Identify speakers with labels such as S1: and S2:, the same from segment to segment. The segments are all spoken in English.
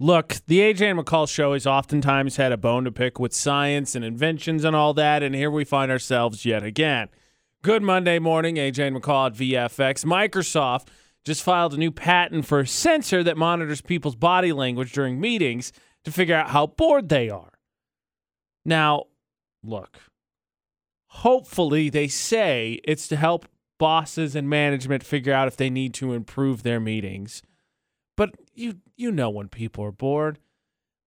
S1: Look, the AJ and McCall show has oftentimes had a bone to pick with science and inventions and all that, and here we find ourselves yet again. Good Monday morning, AJ and McCall at VFX. Microsoft just filed a new patent for a sensor that monitors people's body language during meetings to figure out how bored they are. Now, look, hopefully they say it's to help bosses and management figure out if they need to improve their meetings. But you you know when people are bored.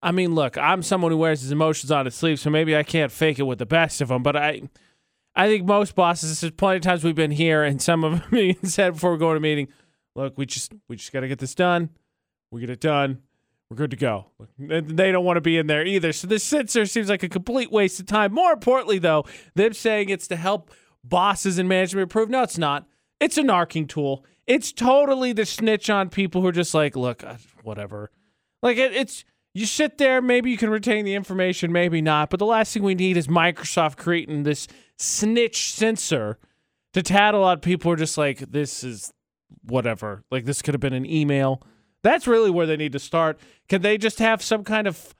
S1: I mean, look, I'm someone who wears his emotions on his sleeve, so maybe I can't fake it with the best of them. But I, I think most bosses. There's plenty of times we've been here, and some of me said before we go to a meeting, "Look, we just we just got to get this done. We get it done. We're good to go." Look, and They don't want to be in there either. So this sensor seems like a complete waste of time. More importantly, though, them saying it's to help bosses and management improve. No, it's not. It's a narking tool. It's totally the snitch on people who are just like, "Look, uh, whatever." Like it, it's you sit there, maybe you can retain the information, maybe not. But the last thing we need is Microsoft creating this snitch sensor to tattle on people who are just like, this is whatever. Like this could have been an email. That's really where they need to start. Can they just have some kind of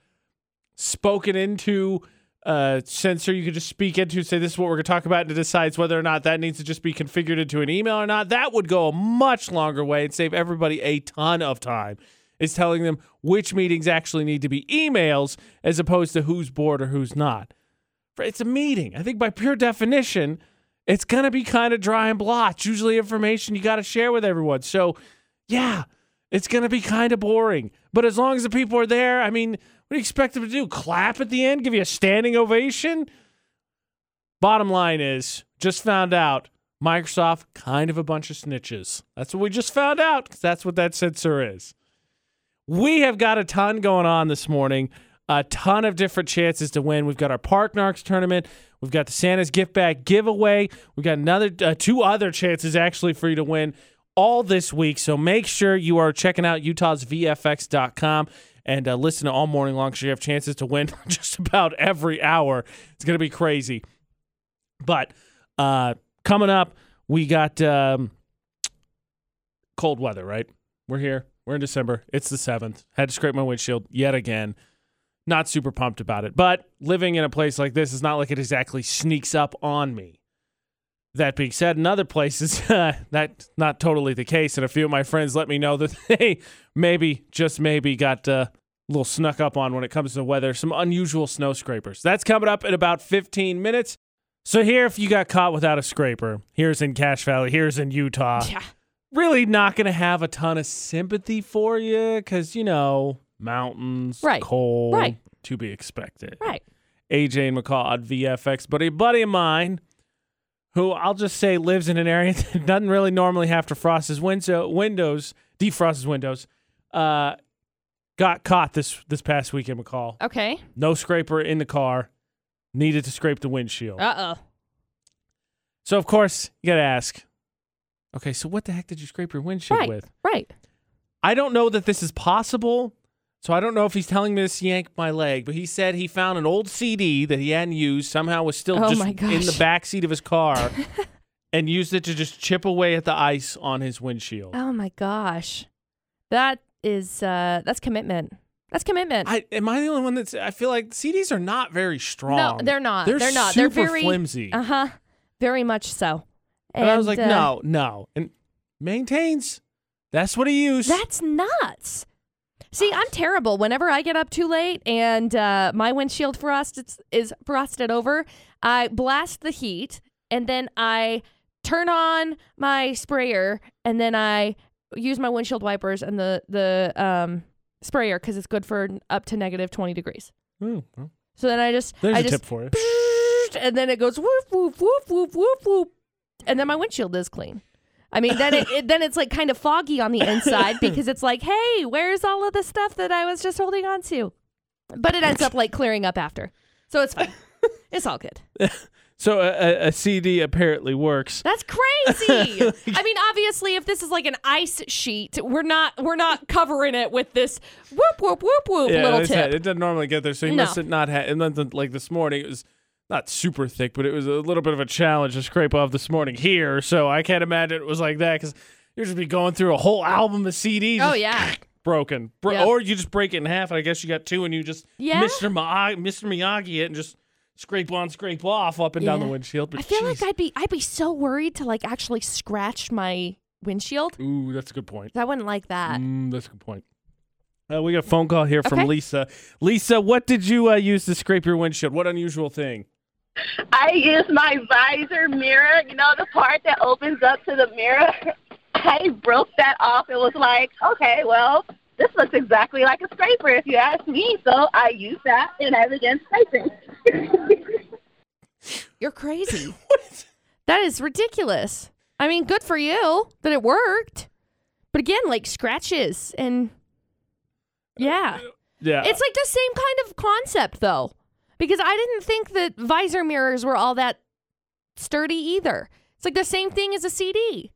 S1: spoken into uh, sensor you could just speak into, say this is what we're gonna talk about, and it decides whether or not that needs to just be configured into an email or not. That would go a much longer way and save everybody a ton of time. Is telling them which meetings actually need to be emails as opposed to who's bored or who's not. For- It's a meeting. I think by pure definition, it's gonna be kind of dry and blah. It's usually information you gotta share with everyone. So yeah, it's going to be kind of boring. But as long as the people are there, I mean, what do you expect them to do? Clap at the end? Give you a standing ovation? Bottom line is, just found out Microsoft kind of a bunch of snitches. That's what we just found out 'cause that's what that sensor is. We have got a ton going on this morning. A ton of different chances to win. We've got our Park Narks tournament. We've got the Santa's gift bag giveaway. We've got another uh, two other chances actually for you to win all this week. So make sure you are checking out Utah's VFX.com and uh, listen all morning long. So you have chances to win just about every hour. It's going to be crazy. But uh, coming up, we got um, cold weather, right? We're here. We're in December. It's the 7th. Had to scrape my windshield yet again. Not super pumped about it, but living in a place like this is not like it exactly sneaks up on me. That being said, in other places, uh, that's not totally the case. And a few of my friends let me know that they maybe, just maybe, got uh, a little snuck up on when it comes to weather, some unusual snow scrapers. That's coming up in about 15 minutes. So, here, if you got caught without a scraper, here's in Cache Valley, here's in Utah
S2: Yeah.
S1: really not going to have a ton of sympathy for you because, you know, mountains,
S2: Right.
S1: cold,
S2: Right.
S1: to be expected.
S2: Right.
S1: AJ and McCall on VFX, but a buddy of mine who I'll just say lives in an area that doesn't really normally have to frost his window, windows, defrost his windows, uh, got caught this, this past weekend, McCall.
S2: Okay.
S1: No scraper in the car, needed to scrape the windshield.
S2: Uh oh.
S1: so, of course, you got to ask, okay, so what the heck did you scrape your windshield
S2: Right.
S1: with?
S2: Right.
S1: I don't know that this is possible. So I don't know if he's telling me this yank my leg, but he said he found an old CD that he hadn't used, somehow was still
S2: Oh
S1: just
S2: my
S1: in the
S2: gosh.
S1: back seat of his car and used it to just chip away at the ice on his windshield.
S2: Oh my gosh. That is uh that's commitment. That's commitment.
S1: I am I the only one that's I feel like CDs are not very strong.
S2: No, they're not.
S1: They're,
S2: They're not.
S1: Super
S2: They're very-
S1: flimsy.
S2: uh-huh. Very much so.
S1: and, I was like,
S2: uh,
S1: no, no. And maintains. That's what he used.
S2: That's nuts. See, I'm terrible. Whenever I get up too late and uh, my windshield frost is, is frosted over, I blast the heat and then I turn on my sprayer and then I use my windshield wipers and the the um, sprayer because it's good for up to negative 20 degrees.
S1: Ooh, Oh, well,
S2: So then I just
S1: there's
S2: I
S1: a
S2: just
S1: tip for you.
S2: and then it goes woof woof woof woof woof woof, and then my windshield is clean. I mean, then it, it then it's like kind of foggy on the inside because it's like, hey, where's all of the stuff that I was just holding on to? But it ends up like clearing up after, so it's fine. it's all good.
S1: So a, a, a CD apparently works.
S2: That's crazy. I mean, obviously, if this is like an ice sheet, we're not we're not covering it with this whoop whoop whoop whoop little
S1: that's It.
S2: tip.
S1: it doesn't normally get there, so he
S2: No.
S1: must have not had. And then, like this morning, it was not super thick, but it was a little bit of a challenge to scrape off this morning here. So I can't imagine it was like that because you'd just be going through a whole album of CDs.
S2: Oh
S1: just
S2: yeah,
S1: broken, Bro-
S2: Yep.
S1: or you just break it in half, and I guess you got two, and you just
S2: Yeah.
S1: Mr. Ma- Mr. Miyagi it and just scrape on, scrape off, up and down the
S2: Yeah.
S1: windshield. But
S2: I feel
S1: jeez.
S2: like I'd be I'd be so worried to like actually scratch my windshield.
S1: Ooh, that's a good point.
S2: I wouldn't like that.
S1: Mm, that's a good point. Uh, we got a phone call here from
S2: Okay.
S1: Lisa. Lisa, what did you uh, use to scrape your windshield? What unusual thing?
S3: I use my visor mirror, you know, the part that opens up to the mirror. I broke that off. It was like, okay, well, this looks exactly like a scraper if you ask me. So I used that and I began scraping.
S2: You're crazy.
S1: What?
S2: that is ridiculous. I mean, good for you that it worked. But again, like scratches and
S1: Uh,
S2: yeah.
S1: Yeah.
S2: It's like the same kind of concept though. Because I didn't think that visor mirrors were all that sturdy either. It's like the same thing as a CD.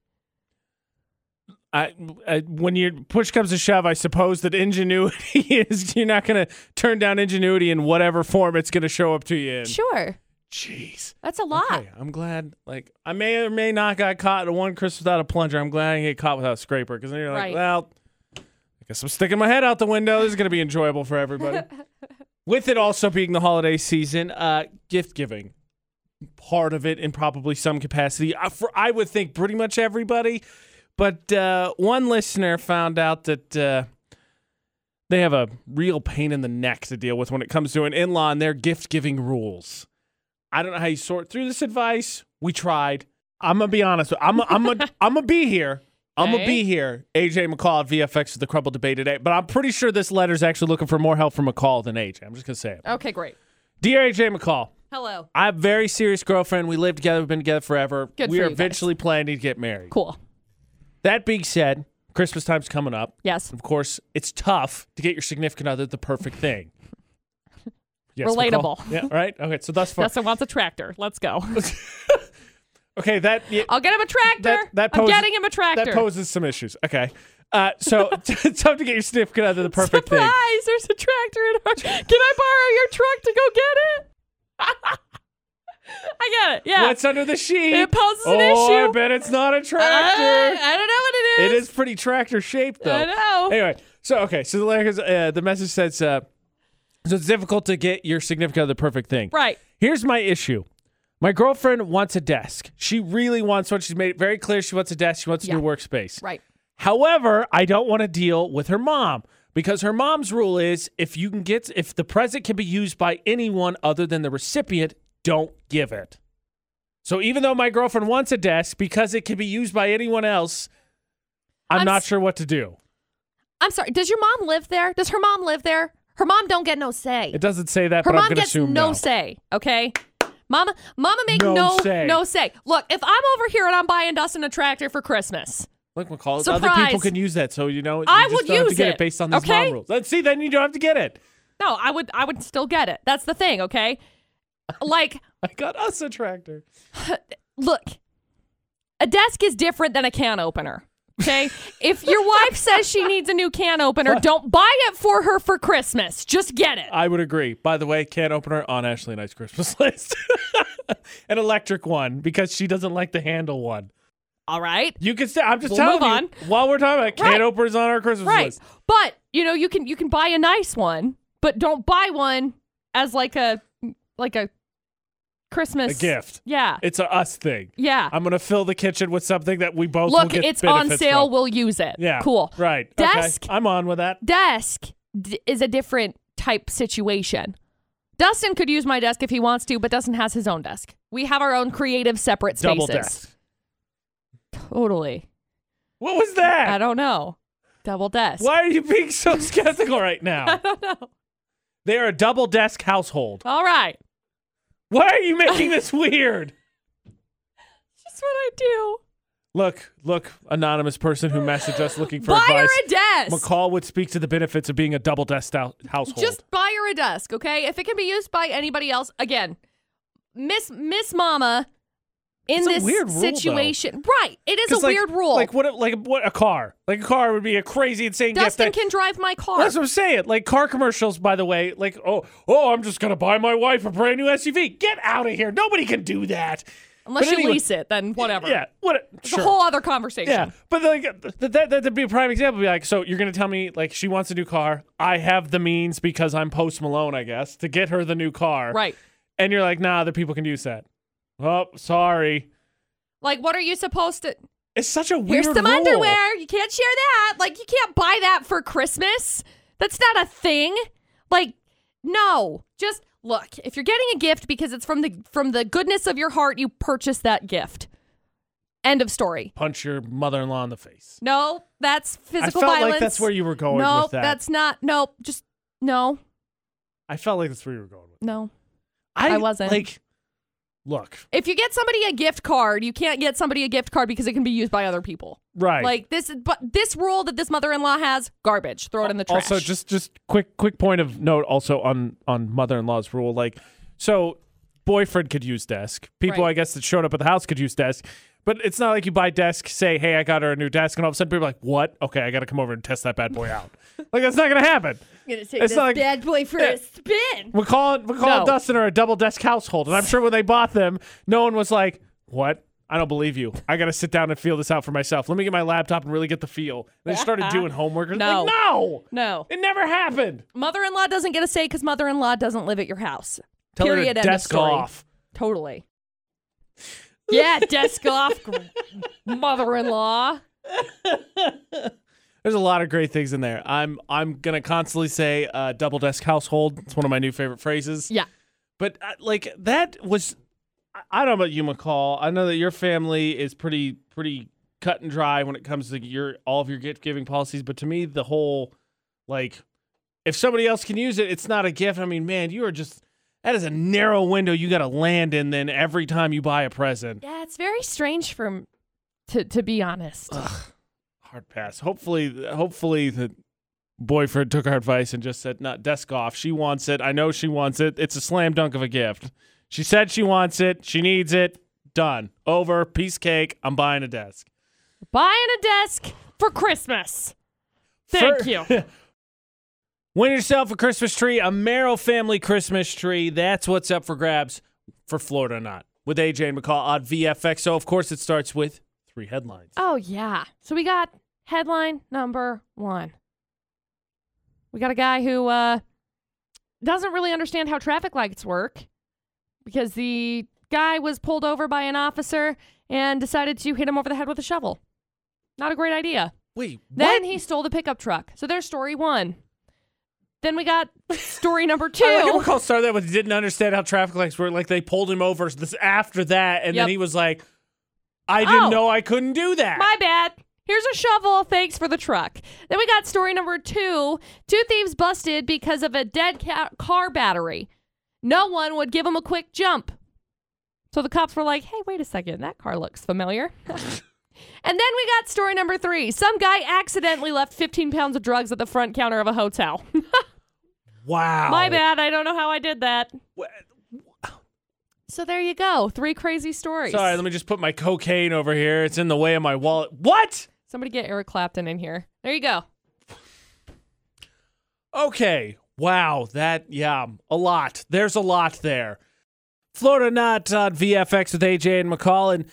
S1: I, I, when your push comes to shove, I suppose that ingenuity is you're not going to turn down ingenuity in whatever form it's going to show up to you in.
S2: Sure. Ah.
S1: Jeez.
S2: That's a lot.
S1: Okay, I'm glad. Like I may or may not got caught in one crisp without a plunger. I'm glad I didn't get caught without a scraper because then you're like,
S2: Right.
S1: well, I guess I'm sticking my head out the window. This is gonna be enjoyable for everybody. With it also being the holiday season, uh, gift giving, part of it in probably some capacity. I, for, I would think pretty much everybody, but uh, one listener found out that. Uh, they have a real pain in the neck to deal with when it comes to an in law and their gift giving rules. I don't know how you sort through this advice. We tried. I'm gonna be honest. with- I'm i I'm i I'm gonna be here. I'm gonna be
S2: Okay.
S1: here. AJ McCall at VFX with the Crumble Debate today. But I'm pretty sure this letter's actually looking for more help from McCall than AJ. I'm just gonna say it.
S2: Okay, great.
S1: Dear AJ McCall,
S2: Hello.
S1: I have a very serious girlfriend. We live together. We've been together forever.
S2: Good
S1: we are
S2: for you guys.
S1: eventually planning to get married.
S2: Cool.
S1: That being said, Christmas time's coming up.
S2: Yes.
S1: Of course, it's tough to get your significant other the perfect thing. Yes, McCall?
S2: Relatable.
S1: Yeah. All right. Okay. So thus far.
S2: Dustin wants a tractor. Let's go.
S1: okay. That. Yeah,
S2: I'll get him a tractor.
S1: That- that
S2: I'm
S1: poses-
S2: getting him a tractor.
S1: That poses some issues. Okay. Uh, so it's tough to get your significant other the perfect
S2: Surprise!
S1: thing.
S2: There's a tractor in our. Can I borrow your truck to go get it? I get it. Yeah.
S1: What's under the sheet?
S2: It poses an
S1: oh, I
S2: issue.
S1: bet it's not a
S2: I,
S1: tractor.
S2: I don't know what
S1: it
S2: it is.
S1: is pretty tractor shaped though.
S2: I know.
S1: Anyway, so okay, so the letter is, uh, the message says, uh, so it's difficult to get your significant other the perfect thing.
S2: Right.
S1: Here's my issue. My girlfriend wants a desk. She really wants one. She's made it very clear she wants a desk. She wants
S2: Yeah.
S1: a new workspace.
S2: Right.
S1: However, I don't want to deal with her mom because her mom's rule is if you can get if the present can be used by anyone other than the recipient, don't give it. So even though my girlfriend wants a desk because it can be used by anyone else, I'm,
S2: I'm
S1: not
S2: s-
S1: sure what to do.
S2: I'm sorry. Does your mom live there? Does her mom live there? Her mom don't get no say.
S1: It doesn't say that,
S2: Her
S1: but I'm
S2: mom
S1: going to
S2: gets
S1: assume
S2: no
S1: no.
S2: say. Okay. Mama, mama, make
S1: No
S2: no no
S1: say.
S2: say. Look, if I'm over here and I'm buying Dustin a tractor for Christmas,
S1: Look, McCall, other
S2: Surprise.
S1: people can use that, so you know you
S2: I
S1: just
S2: would
S1: don't have to
S2: use
S1: get it
S2: it,
S1: based on these
S2: okay?
S1: mom rules. Let's see, then you don't have to get it.
S2: no, I would, I would still get it. That's the thing. Okay. Like,
S1: I got us a tractor.
S2: look, a desk is different than a can opener. Okay. if your wife says she needs a new can opener, don't buy it for her for Christmas. Just get it.
S1: I would agree. By the way, can opener on Ashley and I's Christmas list. An electric one because she doesn't like the handle one.
S2: All right.
S1: You can say I'm just
S2: We'll
S1: telling
S2: move
S1: you. While we're talking about can
S2: Right.
S1: openers on our Christmas
S2: Right.
S1: list,
S2: But, you know, you can you can buy a nice one, but don't buy one as like a like a
S1: a
S2: Christmas
S1: gift.
S2: Yeah.
S1: It's a us thing.
S2: yeah.
S1: I'm gonna fill the kitchen with something that we both will
S2: Look,
S1: get
S2: it's on
S1: benefits
S2: sale.
S1: From.
S2: We'll use it.
S1: Yeah.
S2: Cool.
S1: Right.
S2: Desk.
S1: Okay. I'm on with that.
S2: Desk d- is a different type situation. Dustin could use my desk if he wants to, but Dustin has his own desk. We have our own creative separate spaces.
S1: Double desk.
S2: Totally.
S1: What was that?
S2: I don't know. Double desk.
S1: Why are you being so skeptical right now?
S2: I don't know.
S1: They are a double desk household.
S2: All right.
S1: Why are you making this weird?
S2: Just what I do.
S1: Look, look, anonymous person who messaged us looking for
S2: buy
S1: advice.
S2: her a desk.
S1: McCall would speak to the benefits of being a double desk hou- household.
S2: Just buy her a desk, okay? If it can be used by anybody else, again, Miss Miss Mama in
S1: It's a
S2: this
S1: weird rule, though.
S2: situation, right? It is
S1: 'Cause,
S2: a
S1: like-
S2: weird rule.
S1: Like what? a- Like what? A car? Like a car would be a crazy, insane gift.
S2: Dustin
S1: that-
S2: can drive my car.
S1: that's what I'm saying. Like car commercials, by the way. Like oh, oh, I'm just gonna buy my wife a brand new SUV. Get out of here! Nobody can do that.
S2: Unless
S1: But
S2: you
S1: anyway-
S2: lease it, then whatever.
S1: Yeah. What?
S2: It's
S1: sure.
S2: a whole other conversation.
S1: yeah, but like that, that that'd be a prime example. Be like, so you're gonna tell me like she wants a new car. I have the means because I'm Post Malone, I guess, to get her the new car.
S2: Right.
S1: And you're like, nah, other people can use that. Oh, sorry.
S2: Like, what are you supposed to?
S1: It's such a weird.
S2: Here's some
S1: rule.
S2: underwear. You can't share that. Like, you can't buy that for Christmas. That's not a thing. Like, no. Just look. If you're getting a gift because it's from the from the goodness of your heart, you purchase that gift. End of story.
S1: Punch your mother-in-law in the face.
S2: No, that's physical
S1: I felt
S2: violence.
S1: like that's where you were going
S2: no,
S1: with that.
S2: that's not. No, just no,
S1: I felt like that's where you were going with. it.
S2: no. I wasn't.
S1: like. Look,
S2: If you get somebody a gift card, you can't get somebody a gift card because it can be used by other people.
S1: right?
S2: Like this, but this rule that this mother-in-law has, garbage. Throw it in the trash.
S1: Also, just just quick quick point of note also on on mother in law's rule. Like, so boyfriend could use desk. People
S2: Right.
S1: I guess that showed up at the house could use desk. But it's not like you buy desk, say, hey, I got her a new desk, and all of a sudden people are like, what? Okay, I got to come over and test that bad boy out. like that's not gonna happen.
S2: gonna take
S1: it's this not like- bad
S2: boy for
S1: a
S2: spin.
S1: We call it we call
S2: No.
S1: it Dustin or a double desk household, and I'm sure when they bought them, no one was like, what? I don't believe you. I gotta sit down and feel this out for myself. Let me get my laptop and really get the feel. They started doing homework. It's
S2: No.
S1: like, no,
S2: No,
S1: it never happened.
S2: mother-in-law doesn't get a say because mother-in-law doesn't live at your house.
S1: Tell her to
S2: Period. end
S1: desk
S2: of story.
S1: off.
S2: Totally. Yeah, desk off, gr- mother-in-law.
S1: There's a lot of great things in there. I'm I'm gonna constantly say uh, double desk household. It's one of my new favorite phrases.
S2: Yeah.
S1: But uh, like that was, I- I don't know about you, McCall. I know that your family is pretty pretty cut and dry when it comes to your all of your gift giving policies. But to me, the whole like, if somebody else can use it, it's not a gift. I mean, man, you are just that is a narrow window you got to land in. Then every time you buy a present.
S2: Yeah, it's very strange from to to be honest.
S1: hard pass. Hopefully, hopefully the boyfriend took our advice and just said, "Not desk off. She wants it. I know she wants it. It's a slam dunk of a gift. She said she wants it. She needs it. Done. Over. Piece cake. I'm buying a desk.
S2: Buying a desk for Christmas. Thank
S1: Fir-
S2: you.
S1: Win yourself a Christmas tree, a Merrill family Christmas tree. That's what's up for grabs for Florida or not. With AJ and McCall on VFX. So of course it starts with three headlines.
S2: Oh yeah. So we got headline number one. We got a guy who uh, doesn't really understand how traffic lights work because the guy was pulled over by an officer and decided to hit him over the head with a shovel. Not a great idea.
S1: Wait,
S2: Then he stole the pickup truck. So there's story one. Then we got story number two.
S1: I like McCall started that with didn't understand how traffic lights were. Like they pulled him over this after that, and
S2: Yep.
S1: then he was like, "I didn't
S2: Oh.
S1: know I couldn't do that."
S2: My bad. Here's a shovel. Thanks for the truck. Then we got story number two two thieves busted because of a dead ca- car battery. No one would give them a quick jump. So the cops were like, hey, wait a second. That car looks familiar. and then we got story number three some guy accidentally left 15 pounds of drugs at the front counter of a hotel.
S1: wow.
S2: My bad. I don't know how I did that. So there you go. Three crazy stories.
S1: Sorry, let me just put my cocaine over here. It's in the way of my wallet. What?
S2: Somebody get Eric Clapton in here. There you go.
S1: Okay. Wow. That yeah, a lot. There's a lot there. Florida not on VFX with AJ and McCall and.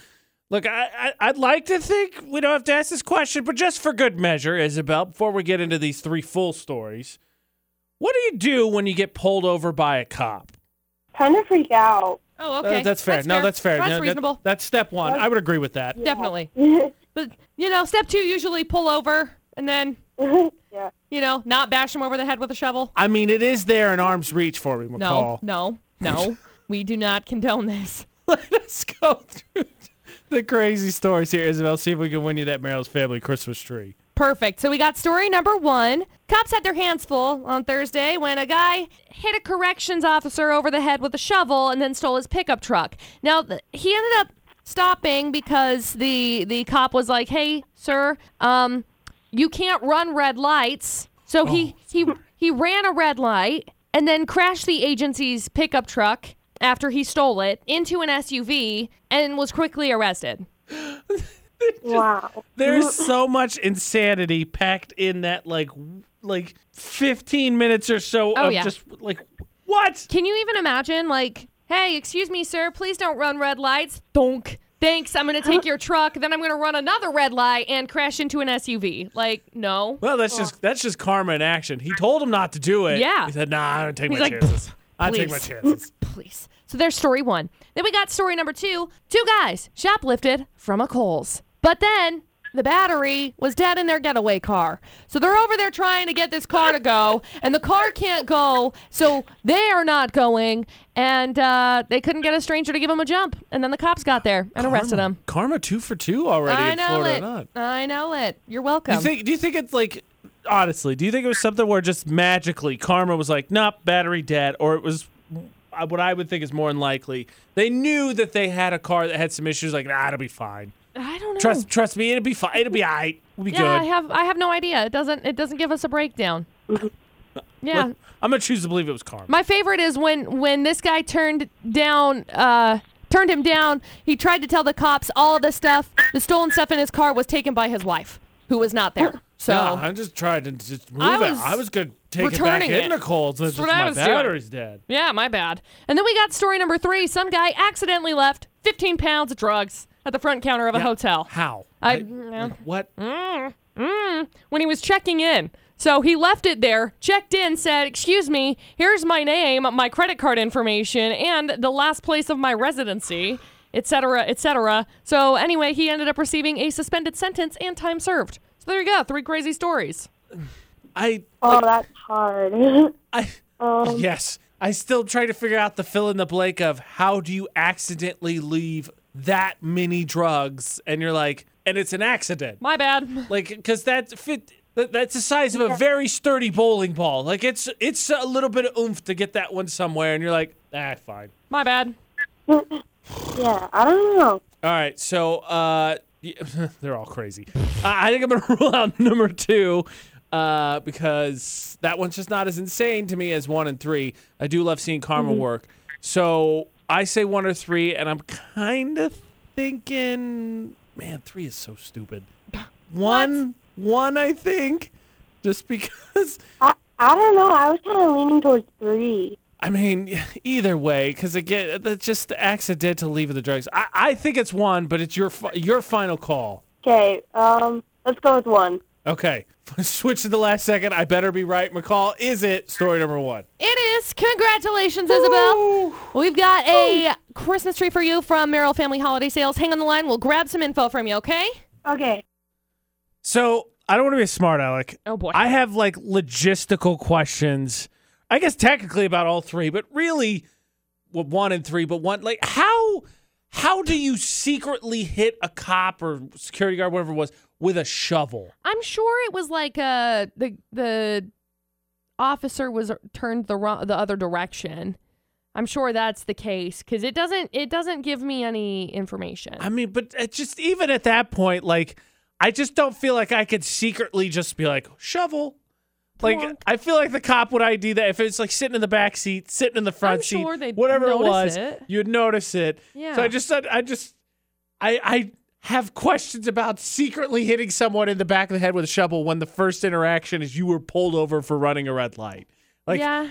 S1: Look, I, I, I'd like to think we don't have to ask this question, but just for good measure, Isabel, before we get into these three full stories, what do you do when you get pulled over by a cop?
S4: Kind of freak out.
S2: Oh,
S1: Uh,
S2: Uh, okay.
S1: that's fair. No, that's fair.
S2: That's
S1: No, that-
S2: reasonable.
S1: that's step one. I would agree with that.
S2: Definitely. But, you know, step two, usually pull over and then,
S4: yeah.
S2: you know, not bash them over the head with a shovel.
S1: I mean, it is there in arm's reach for me,
S2: No,
S1: McCall.
S2: no, no. we do not condone this.
S1: Let us go through the crazy stories here, Isabel. See if we can win you that Merrill's Family Christmas tree.
S2: Perfect. So we got story number one. Cops had their hands full on Thursday when a guy hit a corrections officer over the head with a shovel and then stole his pickup truck. Now th- he ended up stopping because the the cop was like, "Hey, sir, um, you can't run red lights." So he he he ran a red light and then crashed the agency's pickup truck after he stole it into an SUV and was quickly arrested.
S4: Wow.
S1: There's so much insanity packed in that, like, w- like 15 minutes or so
S2: Oh,
S1: of
S2: yeah.
S1: just like, what?
S2: Can you even imagine? Like, hey, excuse me, sir, please don't run red lights. Donk. Thanks, I'm going to take your truck. Then I'm going to run another red light and crash into an SUV. Like, no.
S1: Well, that's just that's just karma in action. He told him not to do it.
S2: Yeah.
S1: He said, "Nah, I don't take
S2: He's
S1: my
S2: like,
S1: chances. I take my
S2: please.
S1: chances."
S2: Please. So there's story one. Then we got story number two. Two guys shoplifted from a Kohl's. But then the battery was dead in their getaway car. So they're over there trying to get this car to go, and the car can't go. So they are not going, and uh, they couldn't get a stranger to give them a jump. And then the cops got there and arrested
S1: karma,
S2: them.
S1: Karma two for two already
S2: I
S1: in
S2: know
S1: Florida.
S2: it.
S1: Not.
S2: I know it. You're
S1: Do
S2: welcome.
S1: you think? Do you think it's like? Honestly, do you think it was something where just magically karma was like, "Nope, battery dead," or it was uh, what I would think is more than likely they knew that they had a car that had some issues. Like, nah, it'll be fine.
S2: I don't know.
S1: Trust, trust me, it'll be fine. It'll be alright. We'll be
S2: yeah, I
S1: good.
S2: have. I have no idea. It doesn't. It doesn't give us a breakdown. Yeah,
S1: I'm gonna choose to believe it was karma.
S2: My favorite is when when this guy turned down uh turned him down. He tried to tell the cops all the stuff, the stolen stuff in his car was taken by his wife, who was not there. So
S1: Nah, I'm just trying to just move
S2: I
S1: it.
S2: was
S1: I was gonna take it back
S2: returning
S1: in
S2: it.
S1: Nicole's. That's
S2: what
S1: just
S2: I
S1: my
S2: was doing.
S1: battery's dead.
S2: yeah, my bad. And then we got story number three. Some guy accidentally left 15 pounds of drugs at the front counter of a
S1: Yeah.
S2: hotel.
S1: How?
S2: I- mm,
S1: Like,
S2: yeah.
S1: like, what?
S2: when he was checking in. So he left it there, checked in, said, Excuse me, here's my name, my credit card information, and the last place of my residency, et cetera, et cetera. So anyway, he ended up receiving a suspended sentence and time served. So there you go, three crazy stories.
S1: I,
S4: Oh, that's hard.
S1: I, yes. I still try to figure out the fill in the blank of how do you accidentally leave that many drugs, and you're like, and it's an accident,
S2: My bad.
S1: like because that fit. that- That's the size of a very sturdy bowling ball. Like it's it's a little bit of oomph to get that one somewhere, and you're like, ah, fine.
S2: My bad.
S4: yeah, I don't know.
S1: All right, so uh, y- they're all crazy. I I think I'm gonna rule out number two uh, because that one's just not as insane to me as one and three. I do love seeing karma work, so I say one or three, and I'm kind of thinking, man, three is so stupid. One, one, I think, just because.
S4: I, I don't know. I was kind of leaning towards three.
S1: I mean, either way, because again, that's just the accidental leave of the drugs. I, I think it's one, but it's your fi- your final call.
S4: Okay, um, let's go with one.
S1: Okay. Switch to the last second. I better be right. McCall, is it story number one?
S2: It is. Congratulations, Isabel. We've got a Christmas tree for you from Merrill Family Holiday Sales. Hang on the line. We'll grab some info from you, okay?
S4: Okay.
S1: So I don't want to be a smart aleck.
S2: Oh, boy.
S1: I have like logistical questions. I guess technically about all three, but really well, one and three, but one like how how do you secretly hit a cop or security guard, whatever it was, with a shovel?
S2: I'm sure it was like uh the the officer was uh, turned the wrong the other direction. I'm sure that's the case because it doesn't it doesn't give me any information.
S1: I mean, but it just even at that point, like, I just don't feel like I could secretly just be like shovel. Like,
S2: Plonk.
S1: I feel like the cop would ID that if it's like sitting in the back seat, sitting in the front
S2: I'm
S1: seat,
S2: sure they'd
S1: whatever it
S2: notice
S1: was,
S2: it.
S1: you'd notice it.
S2: Yeah.
S1: So I just said, I just, I, I have questions about secretly hitting someone in the back of the head with a shovel when the first interaction is you were pulled over for running a red light. Like,
S2: yeah,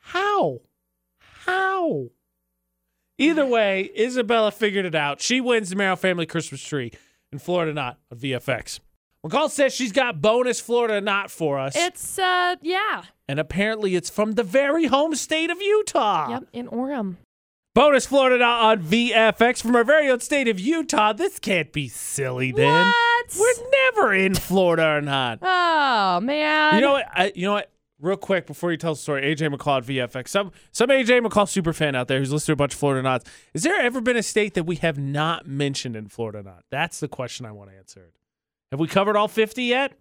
S1: how? How? Either way, Isabella figured it out. She wins the Merrill Family Christmas tree in Florida Not on VFX. McCall says she's got bonus Florida Not for us.
S2: it's uh yeah,
S1: and apparently it's from the very home state of Utah.
S2: yep, in Orem.
S1: Bonus Florida Not on VFX from our very own state of Utah. This can't be silly then.
S2: What?
S1: We're never in Florida or not.
S2: oh man,
S1: You know what? I, you know what? Real quick before you tell the story, AJ McCall at VFX. Some some AJ McCall super fan out there who's listened to a bunch of Florida Knots. Is there ever been a state that we have not mentioned in Florida Knot? That's the question I want answered. Have we covered all fifty yet?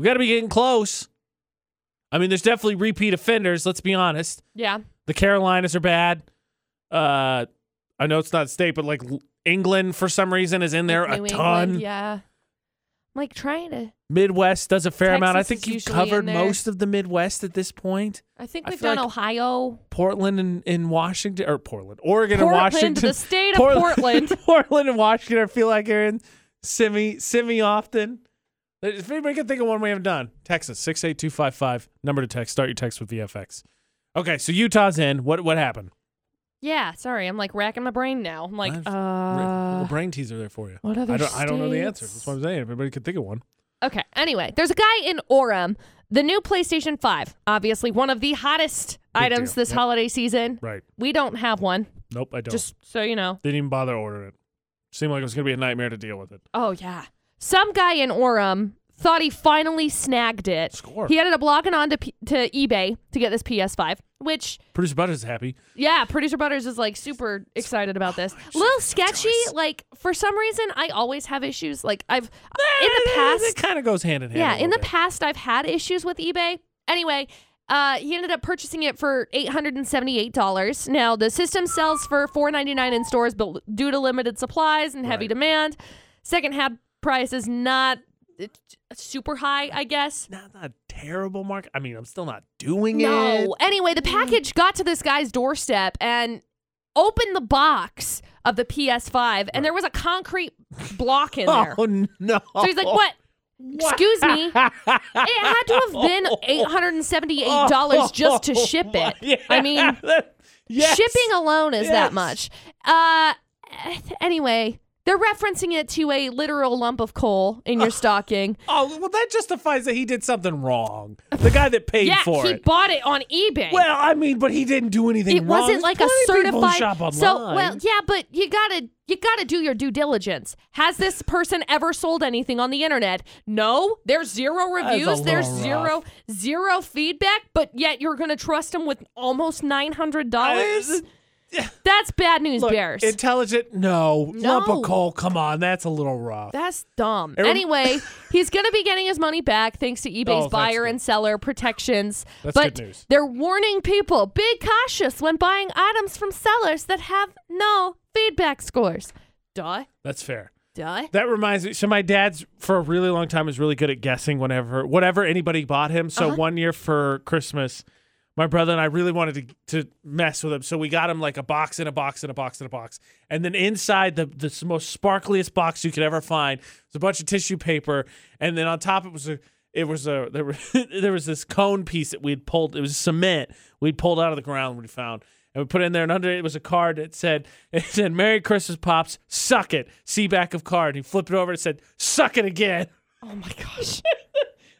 S1: We got to be getting close. I mean, there's definitely repeat offenders. Let's be honest.
S2: yeah,
S1: The Carolinas are bad. Uh, I know it's not a state, but like L- England for some reason is in there
S2: New
S1: a
S2: England,
S1: ton.
S2: Yeah, I'm like trying to.
S1: Midwest does a fair amount. I
S2: Texas
S1: think
S2: is
S1: you've
S2: usually in
S1: covered
S2: there.
S1: most of the Midwest at this point.
S2: I think
S1: I
S2: we've
S1: feel
S2: done
S1: like-
S2: Ohio.
S1: Portland and in Washington or Portland, Oregon and
S2: Portland,
S1: Washington.
S2: the state of Portland.
S1: Portland and Washington. I feel like are in semi semi often. If anybody can think of one we haven't done, Texas six eight two five five number to text. Start your text with VFX. Okay, so Utah's in. What what happened?
S2: Yeah, sorry. I'm like racking my brain now. I'm like,
S1: I've-
S2: uh,
S1: Little brain teaser there for you.
S2: what other
S1: I don't, I don't know the answer.
S2: states?
S1: That's what I'm saying. Everybody could think of one.
S2: Okay. Anyway, there's a guy in Orem, the new PlayStation 5, obviously one of the hottest items
S1: deal.
S2: this
S1: Yep.
S2: holiday season.
S1: Right. Oh.
S2: We don't have one,
S1: Nope, I don't.
S2: just so you know.
S1: Didn't even bother ordering it. Seemed like it was going to be a nightmare to deal with it.
S2: Oh, yeah. Some guy in Orem thought he finally snagged it.
S1: Score.
S2: He ended up logging on to, P- to eBay to get this PS5, which,
S1: Producer Butters is happy.
S2: yeah, producer Butters is like super excited about this. Little sketchy, like for some reason, I always have issues. Like I've in the past,
S1: It kind of goes hand in hand.
S2: Yeah,
S1: a
S2: in the
S1: little bit.
S2: past I've had issues with eBay. Anyway, uh, he ended up purchasing it for eight hundred and seventy-eight dollars. Now the system sells for four ninety-nine in stores, but due to limited supplies and heavy
S1: Right.
S2: demand, secondhand price is not uh, super high, I guess.
S1: Not, not terrible, Mark. I mean, I'm still not doing it.
S2: No. Anyway, the package got to this guy's doorstep and opened the box of the PS5, and there was a concrete block in there.
S1: Oh, no.
S2: So he's like, "What? Excuse me." It had to have been eight hundred and seventy-eight dollars just to ship it. I mean,
S1: yes.
S2: shipping alone is that
S1: Yes.
S2: much. Uh, anyway, they're referencing it to a literal lump of coal in your stocking.
S1: Oh, well, that justifies that he did something wrong. The guy that paid
S2: Yeah,
S1: for
S2: he
S1: it.
S2: bought it on eBay.
S1: well, I mean, but he didn't do anything
S2: it
S1: wrong.
S2: wasn't
S1: There's
S2: like a
S1: plenty of people who
S2: certified.
S1: shop online.
S2: So well, yeah, but you gotta you gotta do your due diligence. Has this person ever sold anything on the internet? No, there's zero
S1: a
S2: reviews. There's
S1: little
S2: zero zero feedback. But yet you're gonna trust him with almost nine hundred dollars. That's bad news,
S1: Look,
S2: bears.
S1: Intelligent? No. Lump
S2: No.
S1: of coal? Come on, that's a little rough.
S2: That's dumb.
S1: Every-
S2: anyway, he's going to be getting his money back thanks to
S1: Oh,
S2: eBay's
S1: that's
S2: buyer
S1: good.
S2: and seller protections.
S1: That's
S2: but
S1: good news.
S2: they're warning people be cautious when buying items from sellers that have no feedback scores. Duh.
S1: That's fair.
S2: Duh.
S1: That reminds me. So my dad's for a really long time was really good at guessing whenever whatever anybody bought him. So one year for Christmas, my brother and I really wanted to to mess with him. So we got him like a box and a box and a box and a box, and then inside the the s- most sparkliest box you could ever find was a bunch of tissue paper, and then on top it was a. It was a there, were, there was this cone piece that we'd pulled. It was cement we'd pulled out of the ground. We found and we put it in there, and under it was a card that said, "It said Merry Christmas, pops. Suck it. See back of card." And he flipped it over and it said, "Suck it again."
S2: Oh my gosh.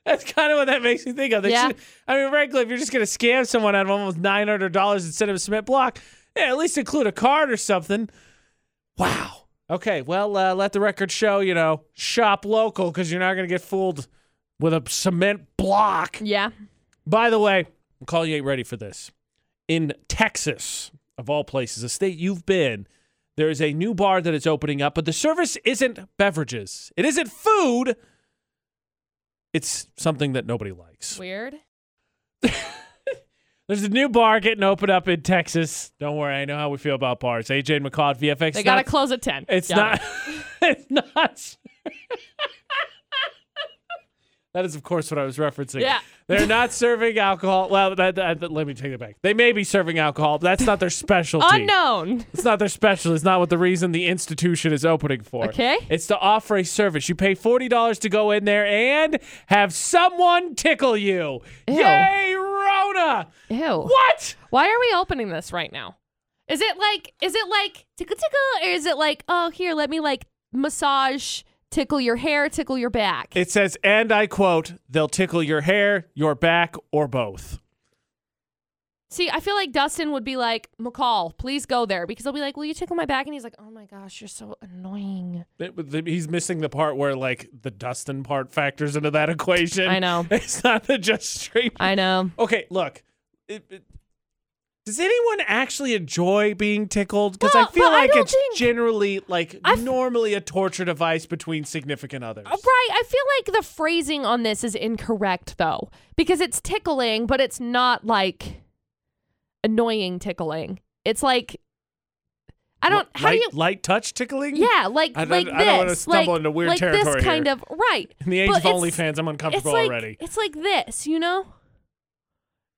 S1: That's kind of what that makes me think of. They
S2: Yeah.
S1: should- I mean, frankly, if you're just gonna scam someone out of almost nine hundred dollars instead of a cement block, yeah, at least include a card or something. Wow. Okay. Well, uh, let the record show. You know, shop local because you're not gonna get fooled with a cement block.
S2: yeah.
S1: By the way, I'm calling you ain't ready for this. In Texas, of all places, a state you've been, there is a new bar that is opening up, but the service isn't beverages. It isn't food. It's something that nobody likes.
S2: Weird.
S1: There's a new bar getting opened up in Texas. Don't worry, I know how we feel about bars. AJ and McCall at VFX.
S2: They
S1: It's
S2: got to
S1: not-
S2: close at 10.
S1: It's
S2: Yeah.
S1: not. it's not. that is, of course, what I was referencing.
S2: Yeah.
S1: They're not serving alcohol. Well, that, that, let me take it back. They may be serving alcohol, but that's not their specialty.
S2: Oh, Unknown.
S1: It's not their special. It's not what the reason the institution is opening for.
S2: Okay.
S1: It's to offer a service. You pay $40 to go in there and have someone tickle you.
S2: Ew.
S1: Yay, Rona!
S2: Ew.
S1: What?
S2: Why are we opening this right now? Is it like is it like tickle tickle or is it like oh here let me like massage tickle your hair tickle your back?
S1: It says, and I quote, they'll tickle your hair, your back, or both.
S2: See, I feel like Dustin would be like McCall, please go there because I'll be like, will you tickle my back? And he's like, oh my gosh, you're so annoying.
S1: Th- th- He's missing the part where like the Dustin part factors into that equation.
S2: I know.
S1: It's not the just straight.
S2: I know.
S1: okay, look. It- it- does anyone actually enjoy being tickled? Because
S2: No,
S1: I feel
S2: but I
S1: like
S2: don't
S1: it's
S2: think-
S1: generally like
S2: I f-
S1: normally a torture device between significant others.
S2: Uh, Right. I feel like the phrasing on this is incorrect though because it's tickling, but it's not like annoying tickling. It's like I don't.
S1: Li-
S2: How
S1: light,
S2: do you?
S1: light touch tickling?
S2: Yeah, like
S1: I don't-
S2: like
S1: I don't wanna
S2: this,
S1: stumble
S2: like,
S1: into weird
S2: like
S1: territory
S2: this kind
S1: here.
S2: of right.
S1: In the age of
S2: But it's-
S1: OnlyFans, I'm
S2: It's
S1: uncomfortable
S2: like
S1: already.
S2: it's like this, you know.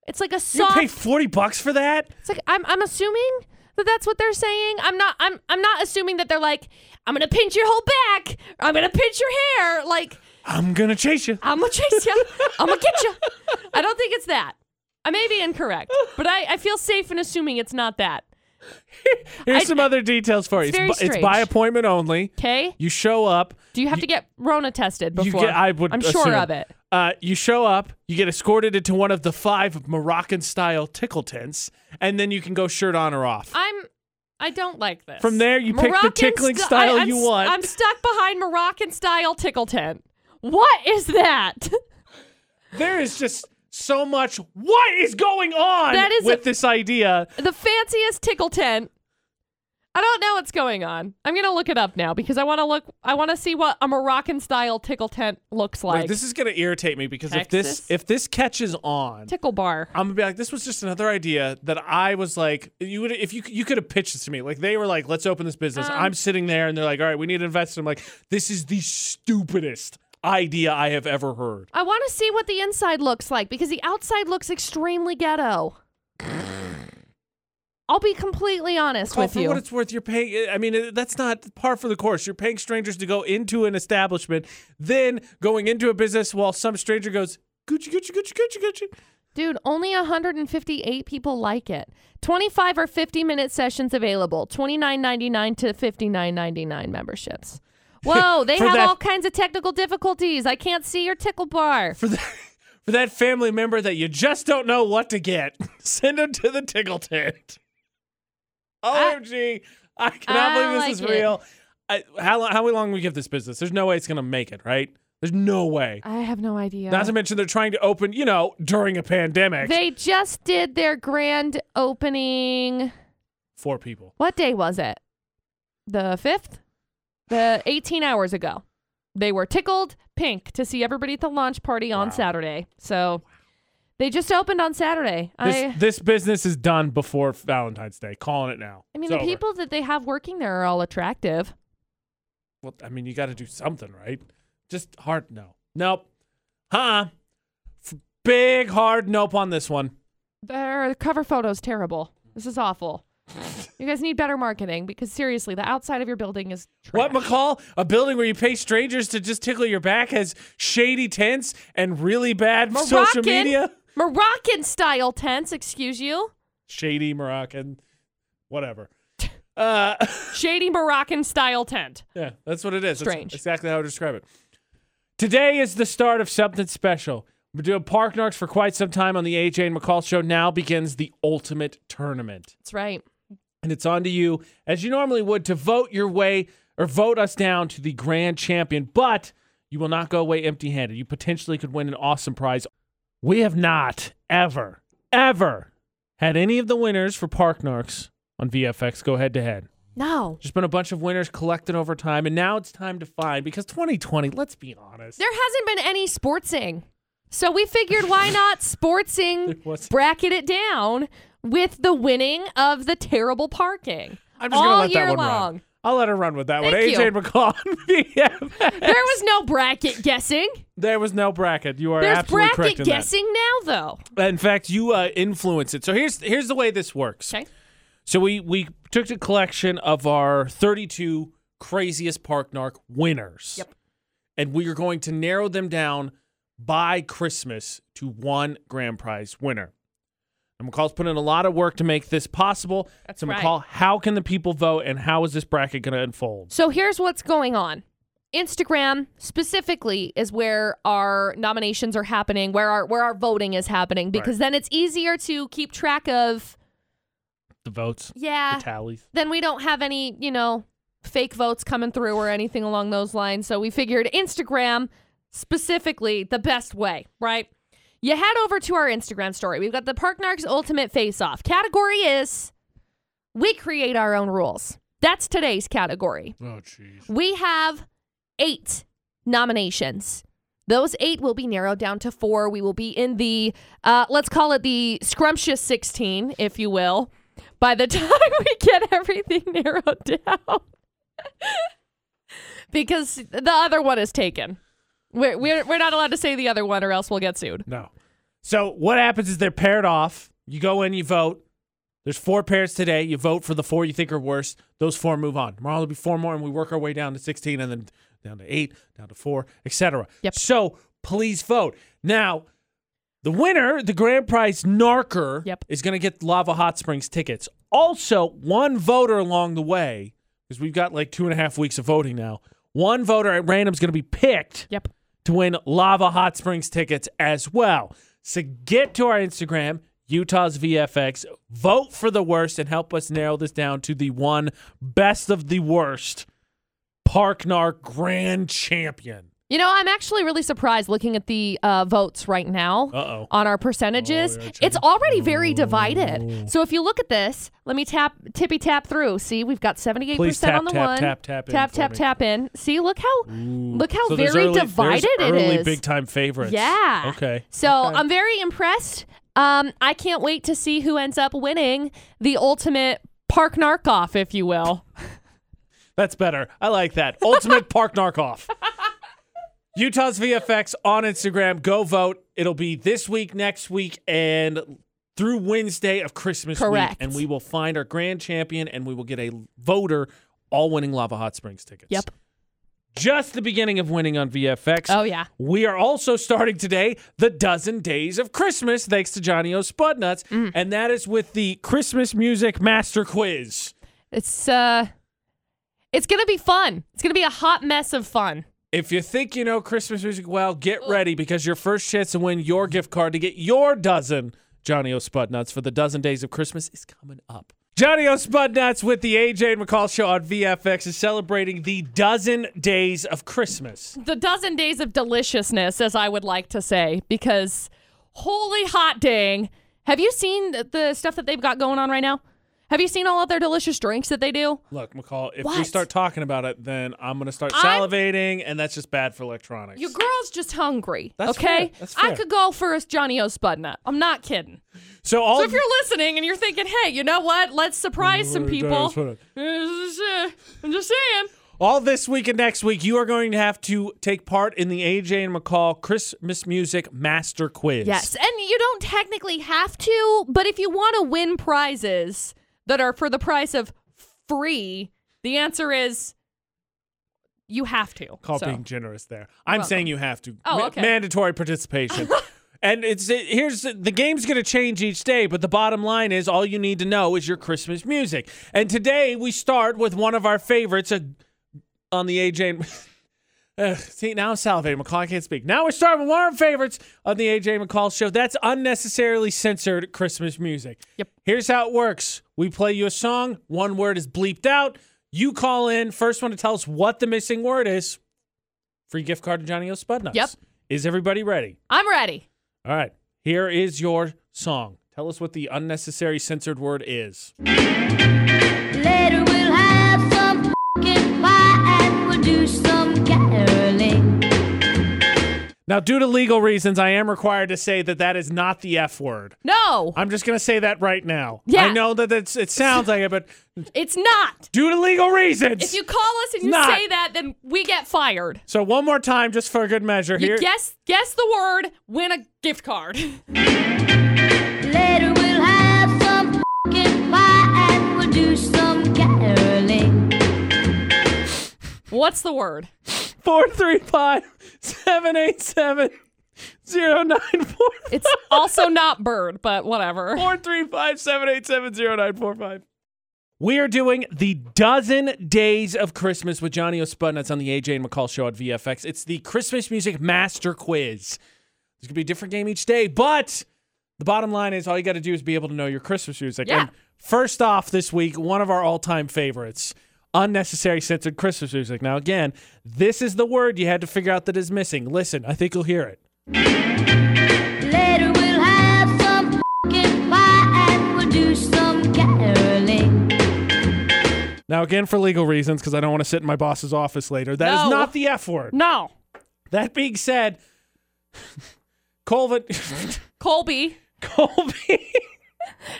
S2: It's like a
S1: You
S2: soft.
S1: pay forty bucks for that?
S2: it's like I'm I'm assuming that that's what they're saying. I'm not I'm I'm not assuming that they're like I'm gonna pinch your whole back. I'm gonna pinch your hair. Like
S1: I'm gonna chase you.
S2: I'm gonna chase you. I'm gonna get you. I don't think it's that. I may be incorrect, but I I feel safe in assuming it's not that.
S1: Here's
S2: I-
S1: some other details for you. It's,
S2: It's very
S1: bu- it's by
S2: strange.
S1: appointment only.
S2: Okay.
S1: You show up.
S2: Do you have to get Rona tested before?
S1: You get, I would
S2: am sure
S1: assume.
S2: of it.
S1: Uh, you show up, you get escorted into one of the five Moroccan style tickle tents, and then you can go shirt on or off.
S2: I'm. I don't like this.
S1: From there, you pick the tickling
S2: sti-
S1: style
S2: I'm
S1: you
S2: s-
S1: want.
S2: I'm stuck behind Moroccan style tickle tent. What is that?
S1: there is just so much. What is going on
S2: That is
S1: with
S2: a-
S1: this idea?
S2: the fanciest tickle tent. I don't know what's going on. I'm gonna look it up now because I want to look. I want to see what a Moroccan style tickle tent looks
S1: Wait,
S2: like.
S1: this is gonna irritate me because if
S2: Texas?
S1: this if this catches on,
S2: tickle bar.
S1: I'm gonna be like, this was just another idea that I was like, you would if you you could have pitched this to me. Like they were like, let's open this business.
S2: Um,
S1: I'm sitting there and they're like, all right, we need an investor. I'm like, this is the stupidest idea I have ever heard.
S2: I want to see what the inside looks like because the outside looks extremely ghetto. I'll be completely honest
S1: Well,
S2: with
S1: Oh, for
S2: you.
S1: what it's worth, you're paying. I mean, uh, that's not par for the course. You're paying strangers to go into an establishment, then going into a business while some stranger goes Gucci, Gucci, Gucci, Gucci, Gucci.
S2: Dude, only 158 people like it. 25 or 50 minute sessions available. 29.99 to 59.99 memberships. Whoa, they
S1: For
S2: have
S1: that-
S2: all kinds of technical difficulties. I can't see your tickle bar.
S1: For that, for that family member that you just don't know what to get, send them to the tickle tent. OMG! I, cannot
S2: I
S1: believe this
S2: like
S1: is
S2: it.
S1: real. I, how lo- how long we give this business? There's no way it's gonna make it, right? There's no way.
S2: I have no idea.
S1: Not to mention they're trying to open, you know, during a pandemic.
S2: they just did their grand opening.
S1: Four people.
S2: What day was it? The 5th? The 18 hours ago. They were tickled pink to see everybody at the launch party on Saturday. So they just opened on Saturday. I
S1: This, this business is done before Valentine's Day. Calling it now.
S2: I mean,
S1: It's
S2: the
S1: over.
S2: people that they have working there are all attractive.
S1: Well, I mean, you got to do something, right? Just hard no. Nope. Huh? F- big hard nope on this one.
S2: Their cover photo's terrible. This is awful. you guys need better marketing because seriously, the outside of your building is
S1: What,
S2: trash.
S1: McCall? A building where you pay strangers to just tickle your back has shady tents and really bad social
S2: Moroccan-
S1: media?
S2: Moroccan style tents, excuse you.
S1: Shady Moroccan, whatever. Uh,
S2: Shady Moroccan style tent.
S1: Yeah, that's what it is. That's
S2: Strange.
S1: exactly how I would describe it. Today is the start of something special. We've been doing Park Narks for quite some time on the AJ and McCall show. Now begins the ultimate tournament.
S2: That's right.
S1: And it's on to you, as you normally would, to vote your way or vote us down to the grand champion. But you will not go away empty handed. You potentially could win an awesome prize. We have not ever, ever had any of the winners for Park Narks on VFX go head to head.
S2: No.
S1: Just been a bunch of winners collected over time, and now it's time to find because 2020. Let's be honest.
S2: There hasn't been any sportsing. So we figured why not
S1: There
S2: sportsing
S1: wasn't.
S2: bracket it down with the winning of the terrible parking.
S1: I'm just
S2: all
S1: gonna let
S2: year
S1: that one
S2: long.
S1: run. I'll let her run with that one.
S2: Thank you.
S1: AJ McCall. yeah.
S2: There was no bracket guessing.
S1: There was no bracket. You are
S2: There's
S1: absolutely correct
S2: bracket
S1: in
S2: guessing now, though.
S1: that. In fact, you uh, influence it. So here's here's the way this works.
S2: Okay.
S1: So we we took a collection of our 32 craziest Park Narc winners.
S2: Yep.
S1: And we are going to narrow them down by Christmas to one grand prize winner. And McCall's put in a lot of work to make this possible.
S2: That's
S1: so
S2: right.
S1: McCall, how can the people vote and how is this bracket going to unfold?
S2: So here's what's going on. Instagram specifically is where our nominations are happening, where our where our voting is happening, because then it's easier to keep track of.
S1: The votes,
S2: Yeah.
S1: the tallies.
S2: then we don't have any, you know, fake votes coming through or anything along those lines. So we figured Instagram specifically the best way, right? You head over to our Instagram story. We've got the Park Narcs Ultimate Face Off. Category is we create our own rules. That's today's category.
S1: Oh jeez.
S2: We have eight nominations. Those eight will be narrowed down to four. We will be in the, uh, let's call it the scrumptious 16, if you will, by the time we get everything narrowed down. because the other one is taken. We're, we're, we're not allowed to say the other one, or else we'll get sued.
S1: No. So what happens is they're paired off. You go in, you vote. There's four pairs today. You vote for the four you think are worst. Those four move on. Tomorrow there'll be four more, and we work our way down to 16, and then down to eight, down to four, etc.
S2: Yep.
S1: So please vote now. The winner, the grand prize narker,
S2: Yep.
S1: is going to get Lava Hot Springs tickets. Also, one voter along the way, because we've got like two and a half weeks of voting now, one voter at random is going to be picked
S2: Yep.
S1: to win Lava Hot Springs tickets as well. So get to our Instagram, Utah's VFX, vote for the worst, and help us narrow this down to the one best of the worst Parknar Grand Champion.
S2: You know, I'm actually really surprised looking at the uh, votes right now
S1: Uh oh.
S2: on our percentages.
S1: Oh, yeah, check
S2: it's
S1: it.
S2: already very
S1: Ooh.
S2: divided. So if you look at this, let me tap tippy tap through. See, we've got 78%
S1: Please tap,
S2: on the
S1: tap,
S2: one.
S1: tap, tap in
S2: tap
S1: for
S2: tap
S1: me.
S2: tap in. See, look how look how
S1: So there's
S2: very
S1: early- there's
S2: divided it
S1: early
S2: is.
S1: big time favorites.
S2: Yeah.
S1: Okay.
S2: So
S1: Okay.
S2: I'm very impressed. Um, I can't wait to see who ends up winning the ultimate park narc off, if you will.
S1: That's better. I like that. Ultimate Park Narkoff. Utah's VFX on Instagram. Go vote. It'll be this week, next week, and through Wednesday of Christmas week.
S2: Correct.
S1: And we will find our grand champion and we will get a voter all winning Lava Hot Springs tickets.
S2: Yep.
S1: Just the beginning of winning on VFX.
S2: Oh yeah.
S1: We are also starting today the dozen days of Christmas, thanks to Johnny O. Spudnuts.
S2: Mm.
S1: And that is with the Christmas Music Master Quiz.
S2: It's uh it's gonna be fun. It's gonna be a hot mess of fun.
S1: If you think you know Christmas music well, get ready because your first chance to win your
S2: Mm.
S1: gift card to get your dozen Johnny O. Spudnuts for the dozen days of Christmas is coming up. Johnny O. Spudnuts with the AJ and McCall show on VFX is celebrating the dozen days of Christmas.
S2: The dozen days of deliciousness, as I would like to say, because holy hot dang. Have you seen the- the stuff that they've got going on right now? Have you seen all of their delicious drinks that they do?
S1: Look, McCall, if we
S2: What?
S1: start talking about it, then I'm going to start
S2: I'm-
S1: salivating, and that's just bad for electronics.
S2: Your girl's just hungry.
S1: That's
S2: okay?
S1: fair. That's
S2: I
S1: fair.
S2: could go for a Johnny O. Spudnut. I'm not kidding.
S1: so all
S2: So if you're listening and you're thinking, hey, you know what? Let's surprise some people. I'm just saying.
S1: All this week and next week, you are going to have to take part in the AJ and McCall Christmas Music Master Quiz.
S2: Yes. And you don't technically have to, but if you want to win prizes that are for the price of free, the answer is you have to.
S1: Call
S2: So-
S1: being generous there. I'm
S2: welcome.
S1: saying you have to.
S2: Oh,
S1: Ma-
S2: okay.
S1: Mandatory participation. and it's it, here's the, the game's going to change each day, but the bottom line is all you need to know is your Christmas music. And today we start with one of our favorites uh, on the AJ. and- Ugh, see, now I'm salivating. McCall, I can't speak. Now we're starting with one of our favorites on the AJ McCall show. That's unnecessarily censored Christmas music.
S2: Yep.
S1: Here's how it works we play you a song, one word is bleeped out. You call in, first one to tell us what the missing word is. Free gift card to Johnny O. Spudnuts.
S2: Yep.
S1: Is everybody ready?
S2: I'm ready.
S1: All right. Here is your song. Tell us what the unnecessary censored word is.
S5: Later we'll have some f***ing pie and we'll do some caroling.
S1: Now, due to legal reasons, I am required to say that that is not the F word.
S2: No,
S1: I'm just going to say that right now.
S2: Yeah.
S1: I know that it's, it sounds like it, but
S2: it's not.
S1: due to legal reasons.
S2: If you call us and you
S1: Not.
S2: say that, then we get fired.
S1: so, one more time, just for good measure
S2: You
S1: here.
S2: guess guess the word, win a gift card.
S5: Later we'll have some f***ing pie and we'll do some caroling.
S2: What's the word?
S1: 435 787 0945.
S2: It's also not bird, but whatever.
S1: 435 787 0945. We are doing the dozen days of Christmas with Johnny O'Spudnuts on the AJ and McCall show at VFX. It's the Christmas music master quiz. There's going to be a different game each day, but the bottom line is all you got to do is be able to know your Christmas music.
S2: Yeah.
S1: And first off, this week, one of our all time favorites. Unnecessary censored Christmas music. Now, again, this is the word you had to figure out that is missing. Listen, I think you'll hear it.
S5: Later we'll have some f***ing pie and we'll do some caroling.
S1: Now, again, for legal reasons, because I don't want to sit in my boss's office later, That is
S2: No.
S1: not the F word.
S2: No.
S1: That being said, Colvin,
S2: Colby.
S1: Colby,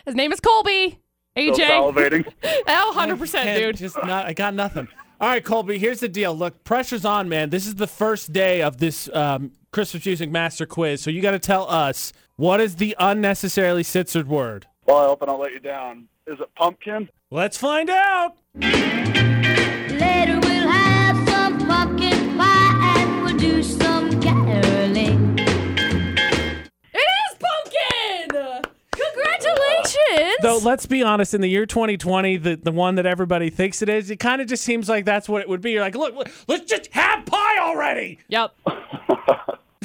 S2: His name is Colby. AJ.
S6: salivating.
S2: Oh, 100%,
S1: Can't
S2: dude.
S1: just not, I got nothing. All right, Colby, here's the deal. Look, pressure's on, man. This is the first day of this um, Christmas Music Master Quiz, so you got to tell us what is the unnecessarily censored word.
S6: Well, I hope I don't let you down. Is it pumpkin?
S1: Let's find out.
S5: Later we'll have some pumpkin pie and we'll do some caroling.
S2: It is pumpkin! Congratulations!
S1: Though, let's be honest, in the year 2020, the, the one that everybody thinks it is, it kind of just seems like that's what it would be. You're like, look, look, let's just have pie already.
S2: Yep.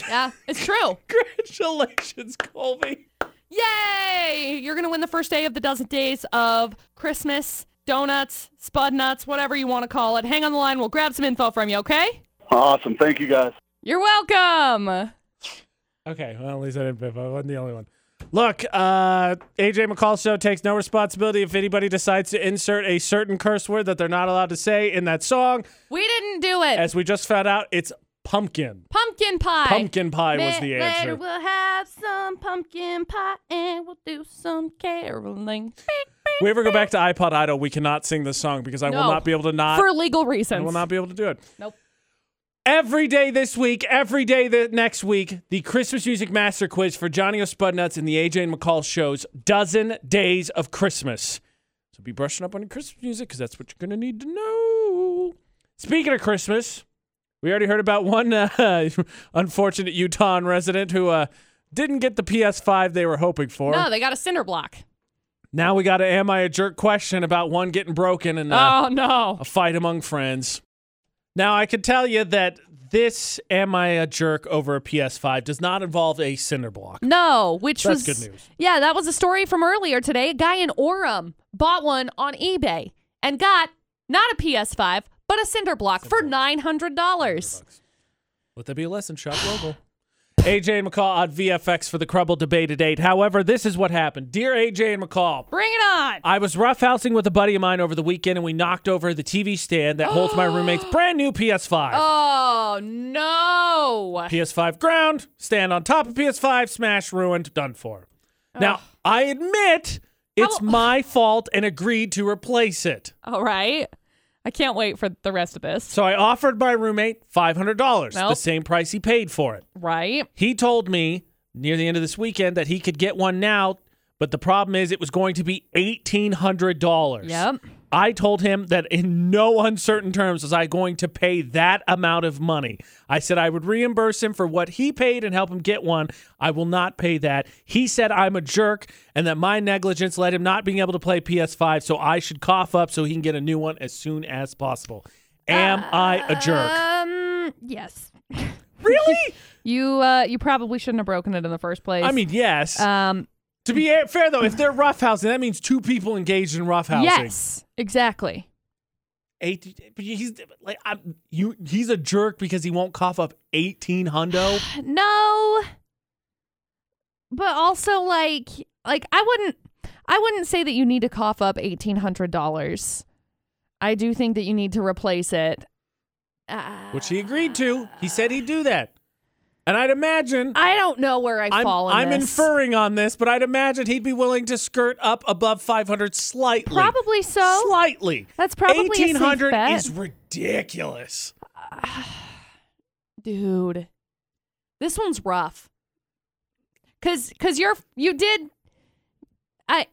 S2: yeah, it's true.
S1: Congratulations, Colby.
S2: Yay! You're going to win the first day of the dozen days of Christmas, donuts, spud nuts, whatever you want to call it. Hang on the line. We'll grab some info from you, okay?
S6: Awesome. Thank you guys.
S2: You're welcome.
S1: Okay, well, at least I didn't piff. I wasn't the only one. Look, uh, AJ McCall show takes no responsibility if anybody decides to insert a certain curse word that they're not allowed to say in that song.
S2: We didn't do it.
S1: As we just found out, it's pumpkin.
S2: pumpkin pie.
S1: Pumpkin pie was
S2: Ma-
S1: the
S2: Later
S1: answer.
S2: we'll have some pumpkin pie and we'll do some caroling.
S1: We ever go back to iPod Idol, we cannot sing this song because I will
S2: No.
S1: not be able to not
S2: For legal
S1: I
S2: reasons.
S1: will not be able to do it.
S2: Nope.
S1: Every day this week, every day the next week, the Christmas Music Master Quiz for Johnny O'Spudnuts and the AJ and McCall shows Dozen Days of Christmas. So be brushing up on your Christmas music because that's what you're going to need to know. Speaking of Christmas, we already heard about one uh, unfortunate Utah resident who uh, didn't get the PS5 they were hoping for.
S2: no, they got a cinder block.
S1: Now we got an Am I a Jerk question about one getting broken and uh,
S2: oh, no.
S1: a fight among friends. Now, I can tell you that this Am I a Jerk over a PS5 does not involve a cinder block.
S2: No, which
S1: That's
S2: was
S1: good news.
S2: Yeah, that was a story from earlier today. A guy in Orem bought one on eBay and got not a PS5, but a cinder block for nine hundred dollars.
S1: Let that be a lesson, shop local. AJ and McCall on VFX for the Crumble debate at 8. However, this is what happened. Dear AJ and McCall,
S2: Bring it on!
S1: I was roughhousing with a buddy of mine over the weekend and we knocked over the TV stand that holds my roommate's brand new PS5.
S2: Oh no!
S1: PS5 ground, stand on top of PS5, smash, ruined, done for. Now, I admit it's
S2: How-
S1: my fault and agreed to replace it.
S2: All right, I can't wait for the rest of this.
S1: So I offered my roommate $500, the
S2: Nope.
S1: same price he paid for it.
S2: Right?
S1: He told me near the end of this weekend that he could get one now, but the problem is it was going to be $1,800.
S2: Yep.
S1: I told him that in no uncertain terms was I going to pay that amount of money. I said I would reimburse him for what he paid and help him get one. I will not pay that. He said I'm a jerk and that my negligence led him not being able to play PS5, so I should cough up so he can get a new one as soon as possible. Am I a jerk?
S2: Um. Yes.
S1: Really?
S2: You. Uh. You probably shouldn't have broken it in the first place.
S1: I mean, yes.
S2: Um.
S1: to be fair though, if they're roughhousing, that means two people engaged in roughhousing.
S2: Yes. Exactly.
S1: Eight, but he's like, I'm, you. He's a jerk because he won't cough up eighteen hundo.
S2: No. But also like like I wouldn't I wouldn't say that you need to cough up $1800. I do think that you need to replace it. Uh,
S1: which he agreed to. He said he'd do that. And I'd imagine
S2: I don't know where I
S1: I'm,
S2: fall in
S1: I'm
S2: this.
S1: inferring on this, but I'd imagine he'd be willing to skirt up above 500 slightly.
S2: Probably so.
S1: Slightly.
S2: That's probably a safe
S1: 1800
S2: bet.
S1: is ridiculous.
S2: Dude. This one's rough. Cuz cuz you're you did I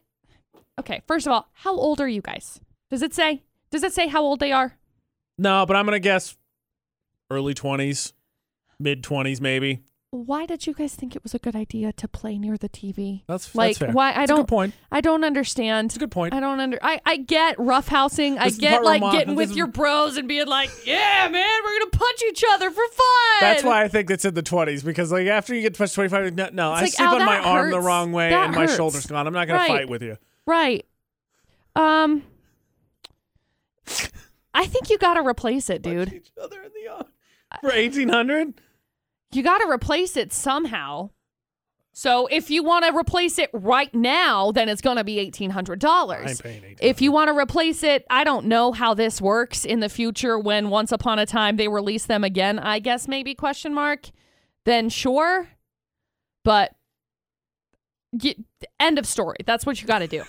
S2: Okay, first of all, how old are you guys? Does it say? Does it say how old they are?
S1: No, but I'm going to guess early 20s, mid 20s maybe.
S2: why did you guys think it was a good idea to play near the TV?
S1: That's that's
S2: like
S1: fair.
S2: why I
S1: That's a
S2: don't
S1: good point.
S2: I don't understand.
S1: It's a good point.
S2: I don't under I, I get roughhousing. I
S1: This is the
S2: get
S1: part where
S2: like
S1: Ma-
S2: getting
S1: this
S2: with
S1: is-
S2: your bros and being like, yeah, man, we're gonna punch each other for fun.
S1: That's why I think it's in the 20s because like after you get past 25, no, no I
S2: like,
S1: sleep
S2: ow,
S1: on my
S2: that
S1: arm the
S2: hurts.
S1: wrong way
S2: That
S1: and my
S2: hurts.
S1: shoulder's gone. I'm not going
S2: Right.
S1: to fight with you.
S2: Right. Um. I think you gotta replace it,
S1: Punch
S2: dude.
S1: each other in the arm. For 1800?
S2: You gotta replace it somehow. So if you want to replace it right now, then it's gonna be eighteen hundred dollars.
S1: I'm paying 1800.
S2: If you want to replace it, I don't know how this works in the future when once upon a time they release them again, I guess maybe question mark, then sure. But y end of story. That's what you got to do.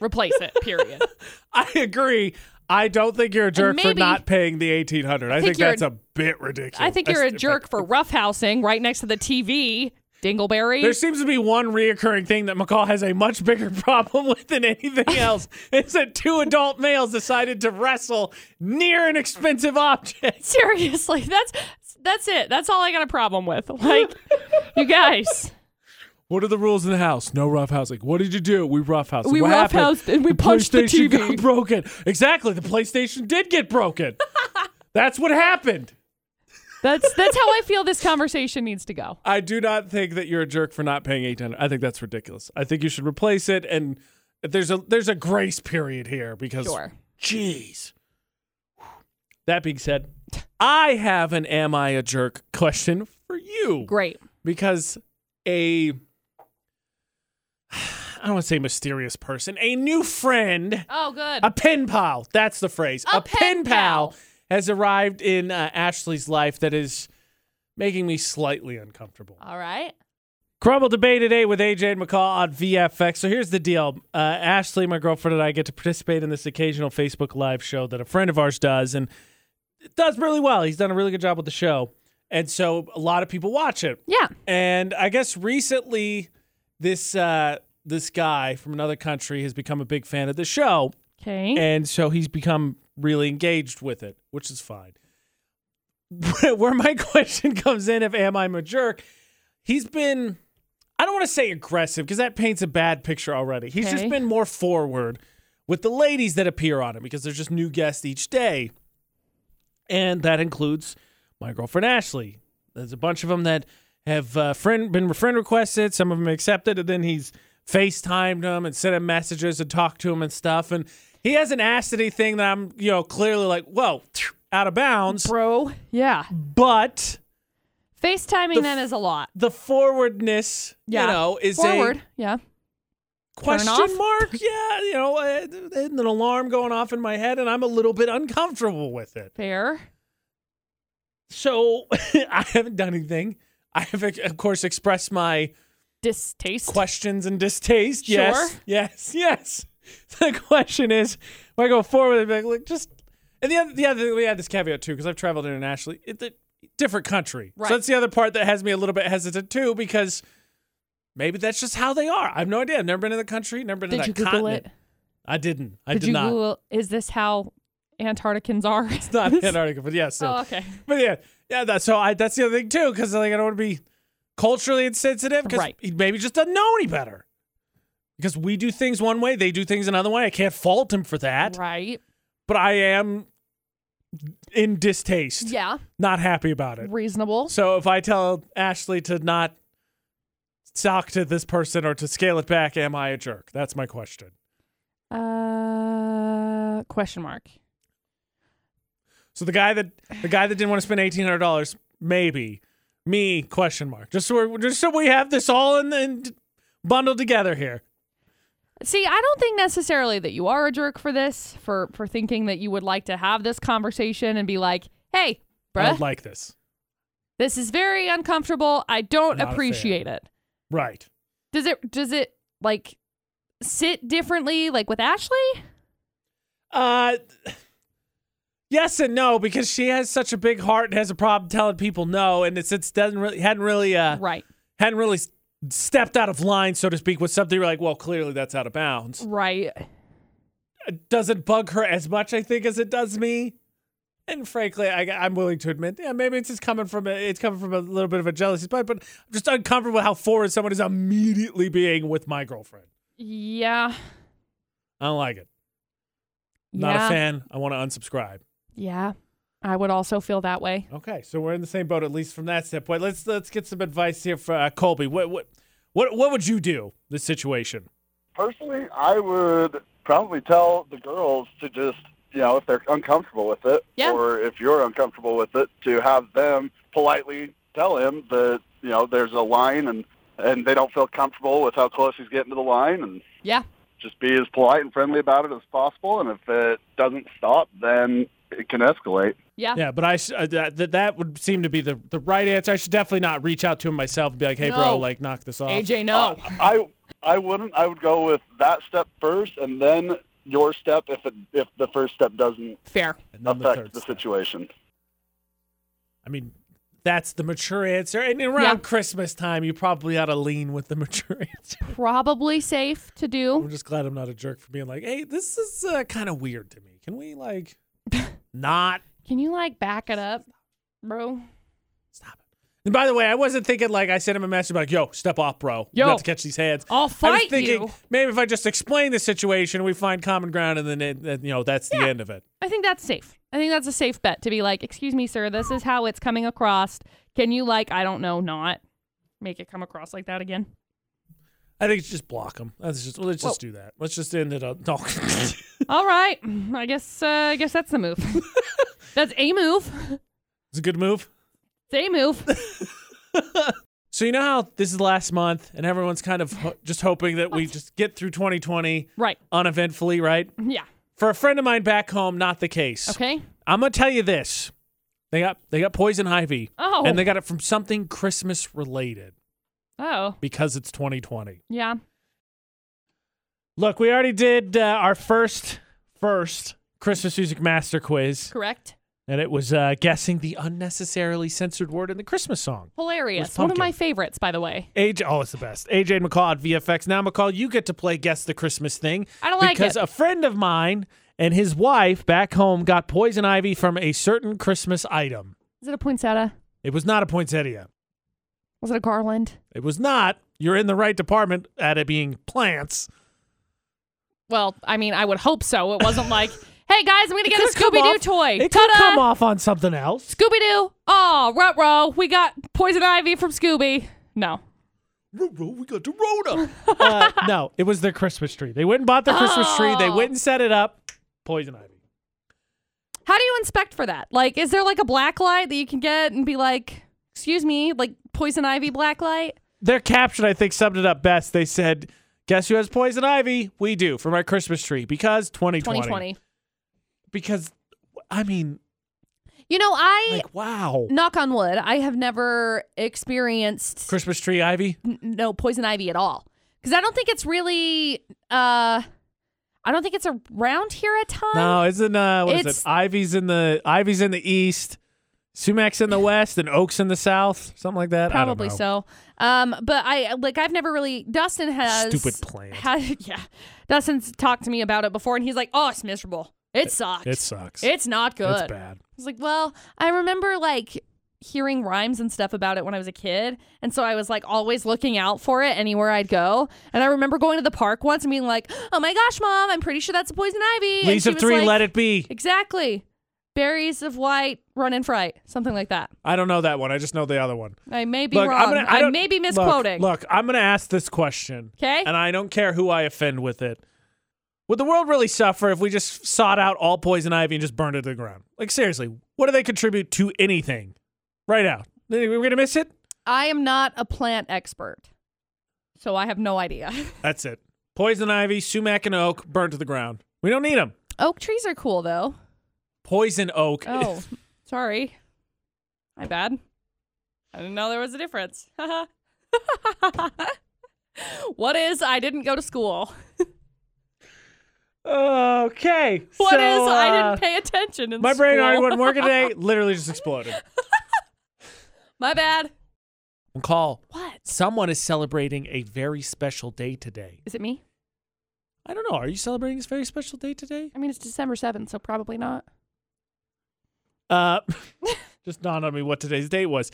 S2: replace it, period.
S1: I agree. I don't think you're a jerk for
S2: maybe-
S1: not paying the eighteen hundred. I, think,
S2: think you're
S1: that's
S2: a-
S1: a bit ridiculous.
S2: I think you're a
S1: That's-
S2: jerk for roughhousing right next to the TV, Dingleberry.
S1: There seems to be one reoccurring thing that McCall has a much bigger problem with than anything else. it's that two adult males decided to wrestle near an expensive object.
S2: Seriously, that's that's it. That's all I got a problem with. Like, you guys.
S1: What are the rules in the house? No rough housing. What did you do? We rough house.
S2: We
S1: what happened?
S2: roughhoused and we punched the
S1: PlayStation
S2: TV.
S1: Got broken. Exactly. The PlayStation did get broken. That's what happened.
S2: That's that's how I feel this conversation needs to go.
S1: I do not think that you're a jerk for not paying eight hundred. I think that's ridiculous. I think you should replace it. And there's a there's a grace period here because
S2: Sure.
S1: Jeez. That being said, I have an am I a jerk question for you
S2: Great.
S1: because a I don't want to say mysterious person, a new friend,
S2: Oh, good.
S1: a pen pal, that's the phrase.
S2: A
S1: pen
S2: pen
S1: pal
S2: pal.
S1: has arrived in uh, Ashley's life that is making me slightly uncomfortable.
S2: All right.
S1: Crumble debate today with AJ and McCall on VFX. So here's the deal. Uh, Ashley, my girlfriend, and I get to participate in this occasional Facebook Live show that a friend of ours does, and it does really well. He's done a really good job with the show. And so a lot of people watch it.
S2: Yeah.
S1: And I guess recently this uh, this guy from another country has become a big fan of the show.
S2: Okay.
S1: And so he's become really engaged with it, which is fine. Where my question comes in if am I a jerk? He's been I don't want to say aggressive because that paints a bad picture already. He's just
S2: Okay.
S1: been more forward with the ladies that appear on him because there's just new guests each day. And that includes my girlfriend Ashley. There's a bunch of them that have uh, friend been friend requested, some of them accepted, and then he's FaceTimed them and sent him messages and talked to him and stuff. And he hasn't asked anything that I'm, you know, clearly like, whoa, out of bounds.
S2: Bro. Yeah.
S1: But
S2: FaceTiming
S1: The
S2: then
S1: f-
S2: is a lot.
S1: the forwardness,
S2: Yeah.
S1: you know, is
S2: Forward.
S1: a
S2: Yeah.
S1: question
S2: off.
S1: mark. Yeah, you know, uh, and an alarm going off in my head, and I'm a little bit uncomfortable with it.
S2: Fair.
S1: So I haven't done anything. I have, of course, expressed my
S2: Distaste.
S1: questions and distaste. Yes,
S2: Sure.
S1: yes, yes. The question is, if I go forward, I'd be like, look, just and the other, the other, we had this caveat too because I've traveled internationally. It's a different country,
S2: Right.
S1: so that's the other part that has me a little bit hesitant too because maybe that's just how they are. I have no idea. I've never been to the country, never been to
S2: Did
S1: that
S2: you Google
S1: continent.
S2: it?
S1: I didn't. I
S2: Did
S1: did,
S2: you
S1: not.
S2: Google? Is this how Antarcticans are? It's
S1: Not Antarctica, but yes.
S2: Oh, okay.
S1: But yeah, yeah. That's so. I that's the other thing too, because like I don't want to be culturally insensitive, because
S2: Right.
S1: he maybe just doesn't know any better. Because we do things one way, they do things another way. I can't fault him for that,
S2: Right.
S1: but I am in distaste,
S2: Yeah.
S1: not happy about it.
S2: Reasonable.
S1: So if I tell Ashley to not talk to this person or to scale it back, am I a jerk? That's my question.
S2: Uh. Question mark.
S1: So the guy that the guy that didn't want to spend eighteen hundred dollars, maybe me question mark. Just so we're, just so we have this all in, in bundled together here.
S2: See, I don't think necessarily that you are a jerk for this, for for thinking that you would like to have this conversation and be like, "Hey,
S1: I
S2: bruh,
S1: would like this.
S2: this is very uncomfortable. I don't
S1: Not a fan.
S2: appreciate it."
S1: Right.
S2: Does it does it like sit differently like with Ashley?
S1: Uh. Yes and no because she has such a big heart and has a problem telling people no, and it's it's doesn't really hadn't really uh
S2: Right.
S1: hadn't really s- stepped out of line so to speak with something. You're like, well, clearly that's out of bounds.
S2: Right.
S1: It doesn't bug her as much, I think, as it does me. And frankly, I, am willing to admit, yeah, maybe it's just coming from a, it's coming from a little bit of a jealousy spot, but I'm just uncomfortable with how forward someone is immediately being with my girlfriend.
S2: Yeah.
S1: I don't like it. Not
S2: yeah.
S1: a fan. I want to unsubscribe.
S2: Yeah. I would also feel that way.
S1: Okay, so we're in the same boat, at least from that standpoint. Let's let's get some advice here for uh, Colby. What what what what would you do in this situation?
S6: Personally, I would probably tell the girls to just, you know, if they're uncomfortable with it,
S2: Yeah.
S6: or if you're uncomfortable with it, to have them politely tell him that, you know, there's a line and and they don't feel comfortable with how close he's getting to the line and
S2: Yeah.
S6: just be as polite and friendly about it as possible and if it doesn't stop then it can escalate.
S2: Yeah.
S1: Yeah, but I s- uh, that that- that would seem to be the the right answer. I should definitely not reach out to him myself and be like, "Hey, bro,
S2: No.
S1: like knock this off."
S2: AJ no.
S1: Oh.
S6: I I wouldn't. I would go with that step first, and then your step if it, if the first step doesn't
S2: Fair.
S1: and then the
S6: affect
S1: third
S6: the,
S1: step.
S6: situation.
S1: I mean, that's the mature answer. And around
S2: Yeah.
S1: Christmas time, you probably ought to lean with the mature answer.
S2: Probably safe to
S1: I'm
S2: do.
S1: just glad I'm not a jerk for being like, hey, this is uh, kind of weird to me. Can we, like, not
S2: Can you like back it up, bro?
S1: stop it? And by the way, I wasn't thinking like I sent him a message like, "Yo, step off, bro.
S2: Yo.
S1: you have to catch these hands."
S2: I'll
S1: I was
S2: fight
S1: thinking
S2: you.
S1: maybe if I just explain the situation, we find common ground, and then it, that, you know that's the end of it.
S2: I think that's safe. I think that's a safe bet to be like, excuse me, sir, this is how it's coming across. Can you, like, I don't know, not make it come across like that again?
S1: I think it's just block him. Let's just let's just do that. Let's just end it up. No. it's
S2: All right. I guess, uh, I guess that's the move. that's a move.
S1: a good move.
S2: It's a move.
S1: So you know how this is last month, and everyone's kind of ho- just hoping that we just get through 2020
S2: right.
S1: uneventfully, right?
S2: Yeah.
S1: For a friend of mine back home, not the case.
S2: Okay.
S1: I'm gonna tell you this: they got they got poison ivy,
S2: Oh.
S1: and they got it from something Christmas related
S2: Oh.
S1: because it's 2020.
S2: Yeah.
S1: Look, we already did uh, our first first Christmas music master quiz,
S2: Correct.
S1: and it was uh, guessing the unnecessarily censored word in the Christmas song.
S2: Hilarious.
S1: With
S2: One of
S1: pumpkin.
S2: my favorites, by the way.
S1: AJ, oh, it's the best. AJ McCall at VFX. Now, McCall, you get to play Guess the Christmas Thing.
S2: I don't like
S1: because uh,
S2: it.
S1: a friend of mine and his wife back home got poison ivy from a certain Christmas item.
S2: Is it a poinsettia?
S1: It was not a poinsettia.
S2: Was it a garland?
S1: It was not. You're in the right department at it being plants.
S2: Well, I mean, I would hope so. It wasn't like, hey guys, I'm gonna get a
S1: Could come
S2: Scooby Doo
S1: off-
S2: toy.
S1: It could
S2: Ta-da!
S1: come off on something else.
S2: Scooby Doo. Oh, rut row. We got poison ivy from Scooby. No.
S1: We got to Rhoda. uh, no, it was their Christmas tree. They went and bought their Christmas tree. They
S2: Oh.
S1: went and set it up. Poison ivy.
S2: How do you inspect for that? Like, is there like a black light that you can get and be like, excuse me, like poison ivy black light?
S1: Their caption, I think, summed it up best. They said, "Guess who has poison ivy? We do from our Christmas tree because 2020.
S2: 2020.
S1: Because, I mean,
S2: You know, I
S1: like, wow,
S2: knock on wood, I have never experienced
S1: Christmas tree ivy.
S2: n- no poison ivy at all because I don't think it's really. uh I don't think it's around here at times.
S1: No, isn't uh, what is
S2: It's-
S1: it? Ivy's in the Ivy's in the east, Sumac's in the west, and Oaks in the south, something like that. I don't
S2: probably
S1: know.
S2: so. Um, but I like I've never really Dustin has
S1: Stupid plant.
S2: Had, yeah, Dustin's talked to me about it before, and he's like, "Oh, it's miserable. It sucks.
S1: It sucks.
S2: It's not good.
S1: It's bad.
S2: I was like, well, I remember like hearing rhymes and stuff about it when I was a kid. And so I was like always looking out for it anywhere I'd go. And I remember going to the park once and being like, oh my gosh, mom, I'm pretty sure that's a poison ivy. And
S1: Leaves
S2: she
S1: of
S2: was
S1: three,
S2: like,
S1: let it be.
S2: Exactly. Berries of white, run and fright, something like that.
S1: I don't know that one. I just know the other one.
S2: I may be wrong.
S1: I'm gonna, I don't-
S2: may be
S1: look,
S2: misquoting.
S1: Look, I'm going to ask this question.
S2: 'Kay.
S1: And I don't care who I offend with it. Would the world really suffer if we just sought out all poison ivy and just burned it to the ground? Like, seriously, what do they contribute to anything right now? We're going to miss it?
S2: I am not a plant expert. So I have no idea.
S1: That's it. Poison ivy, sumac, and oak burned to the ground. We don't need them.
S2: Oak trees are cool though.
S1: Poison oak.
S2: Oh, sorry. My bad. I didn't know there was a difference. what is I didn't go to school?
S1: okay.
S2: What is
S1: so,
S2: I
S1: uh,
S2: didn't pay attention in
S1: My brain already
S2: school?
S1: wasn't working today. Literally just exploded.
S2: My bad.
S1: Call.
S2: What?
S1: Someone is celebrating a very special day today.
S2: Is it me?
S1: I don't know. Are you celebrating this very special day today?
S2: I mean, it's December 7th, so probably not.
S1: Uh, just dawned on me what today's date was.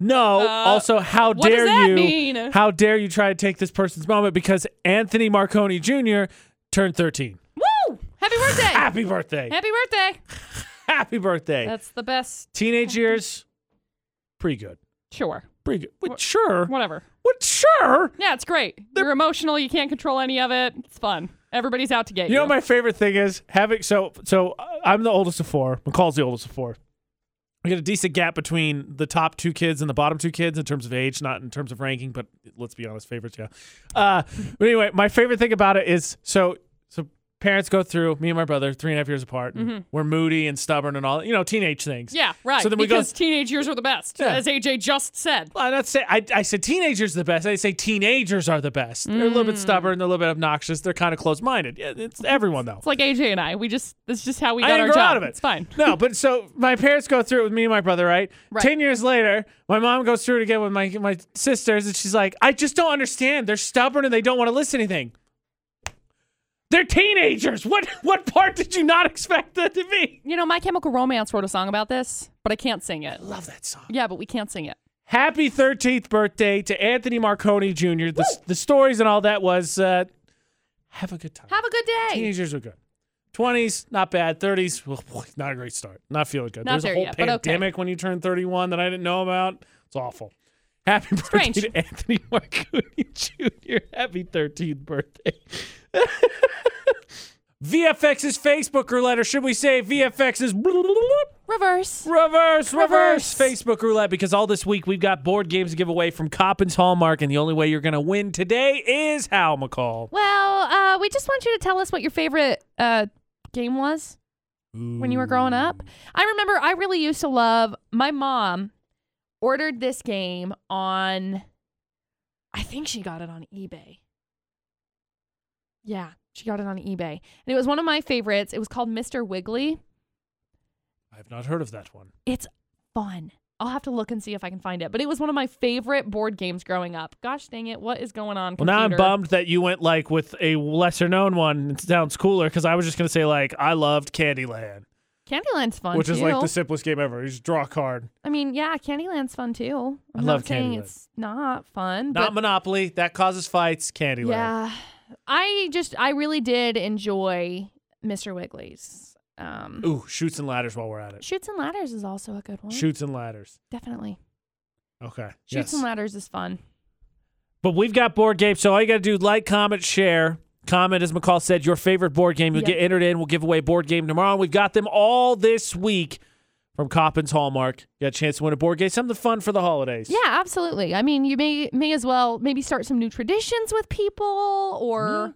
S1: No.
S2: Uh,
S1: also, how
S2: what does
S1: dare
S2: that
S1: you?
S2: mean?
S1: How dare you try to take this person's moment because Anthony Marconi Jr. turned 13.
S2: Woo! Happy birthday!
S1: Happy birthday!
S2: Happy birthday!
S1: Happy birthday!
S2: That's the best.
S1: Teenage years, pretty good.
S2: Sure.
S1: Pretty good. What, sure. What,
S2: Whatever.
S1: sure.
S2: Yeah, it's great. You're emotional. You can't control any of it. It's fun. Everybody's out to get you.
S1: You know what my favorite thing is having so so uh, I'm the oldest of four. McCall's the oldest of four. We got a decent gap between the top two kids and the bottom two kids in terms of age, not in terms of ranking, but let's be honest, favorites, yeah. Uh, but anyway, my favorite thing about it is so so parents go through me and my brother three and a half years apart. And We're moody and stubborn and all you know teenage things.
S2: Mm-hmm. yeah, right.
S1: So then we go-
S2: because teenage years are the best,
S1: Yeah.
S2: as AJ just said.
S1: Well, I'm not say I, I said teenagers are the best. I didn't say teenagers are the best. They're a little
S2: Mm.
S1: bit stubborn. They're a little bit obnoxious. They're kind of closed-minded. Yeah, It's everyone though.
S2: It's like AJ and I. We just this is just how we
S1: I
S2: got
S1: didn't
S2: our
S1: grow
S2: job.
S1: out of it.
S2: It's fine.
S1: No, but so my parents go through it with me and my brother, right?
S2: Right.
S1: Ten years later, my mom goes through it again with my my sisters, and she's like, "I just don't understand. They're stubborn and they don't want to listen to anything." They're teenagers. What what part did you not expect that to be?
S7: You know, My Chemical Romance wrote a song about this, but I can't sing it.
S1: Love that song.
S7: Yeah, but we can't sing it.
S1: Happy 13th birthday to Anthony Marconi Jr. The, the stories and all that was uh, have a good time.
S2: Have a good day.
S1: Teenagers are good. 20s, not bad. 30s, well, boy, not a great start. Not feeling good.
S7: Not
S1: There's a
S7: there
S1: whole
S7: yet, but okay.
S1: pandemic when you turn 31 that I didn't know about. It's awful. Happy birthday
S7: Strange.
S1: to Anthony Marconi Jr. Happy 13th birthday. VFX's Facebooker letter. Should we say VFX's
S2: Reverse.
S1: Reverse, reverse,
S7: Reverse.
S1: Facebook roulette because all this week we've got board games to give away from Coppins Hallmark, and the only way you're going to win today is how, McCall?
S2: Well, uh, we just want you to tell us what your favorite uh, game was when you were growing up. I remember I really used to love. My mom ordered this game on. I think she got it on eBay. Yeah, she got it on eBay, and it was one of my favorites. It was called Mr. Wiggly.
S1: I have not heard of that one.
S2: It's fun. I'll have to look and see if I can find it. But it was one of my favorite board games growing up. Gosh dang it, what is going on?
S1: Well, now I'm
S2: computer?
S1: bummed that you went like with a lesser known one. It sounds cooler because I was just going to say, like, I loved Candyland,
S2: Candyland's fun
S1: which
S2: too.
S1: is like the simplest game ever. You just draw a card.
S2: I mean, yeah, Candyland's fun too. I'm
S1: I
S2: not
S1: love
S2: saying
S1: Candyland.
S2: it's not fun,
S1: Not
S2: but
S1: Monopoly. That causes fights. Candyland.
S2: yeah, I just I really did enjoy Mr. Wiggly's. Um,
S1: Ooh, shoots and ladders while we're at it.
S2: Shoots and ladders is also a good one.
S1: Shoots and ladders.
S2: Definitely,
S1: Okay. yes.
S2: shoots and ladders is fun.
S1: But we've got board games, so all you got to do is like, comment, share. Comment, as McCall said, your favorite board game. You'll
S2: Yeah.
S1: get entered in. We'll give away a board game tomorrow. And we've got them all this week from Coppins Hallmark. You got a chance to win a board game. Something fun for the holidays.
S2: Yeah, absolutely. I mean, you may may as well maybe start some new traditions with people or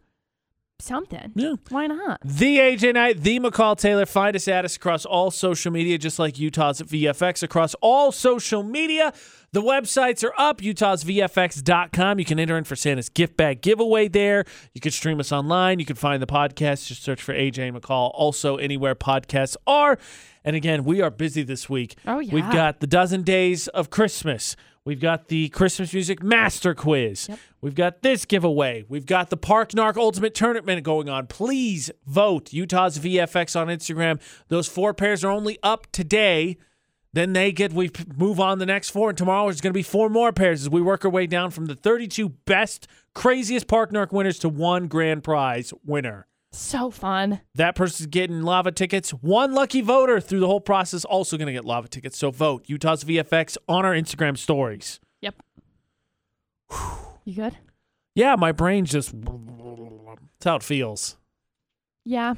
S2: something.
S1: Yeah.
S2: Why not?
S1: The AJ Knight, the McCall Taylor. Find us at us across all social media, just like Utah's at VFX across all social media. The websites are up, utahsvfx.com. You can enter in for Santa's gift bag giveaway there. You can stream us online. You can find the podcast. Just search for AJ and McCall. Also, anywhere podcasts are. And again, we are busy this week.
S2: Oh,
S1: We've
S2: yeah.
S1: got the dozen days of Christmas. We've got the Christmas music master quiz. We've got this giveaway. We've got the Park Narc Ultimate Tournament going on. Please vote Utah's VFX on Instagram. Those four pairs are only up today. Then they get we p- move on the next four, and tomorrow there's going to be four more pairs as we work our way down from the 32 best, craziest Park Narc winners to one grand prize winner.
S2: So fun.
S1: That person's getting lava tickets. One lucky voter through the whole process also going to get lava tickets. So vote Utah's VFX on our Instagram stories.
S7: Yep.
S2: You good?
S1: Yeah, my brain just. That's how it feels.
S2: Yeah.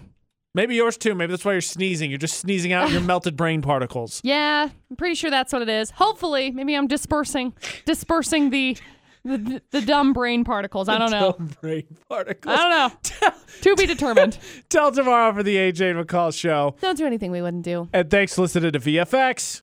S1: Maybe yours too. Maybe that's why you're sneezing. You're just sneezing out your melted brain particles.
S7: Yeah, I'm pretty sure that's what it is. Hopefully, maybe I'm dispersing, dispersing the, the, the dumb brain particles. I don't know.
S1: Dumb brain particles.
S7: I don't know. to be determined.
S1: Till tomorrow for the AJ McCall show.
S2: Don't do anything we wouldn't do.
S1: And thanks for listening to VFX.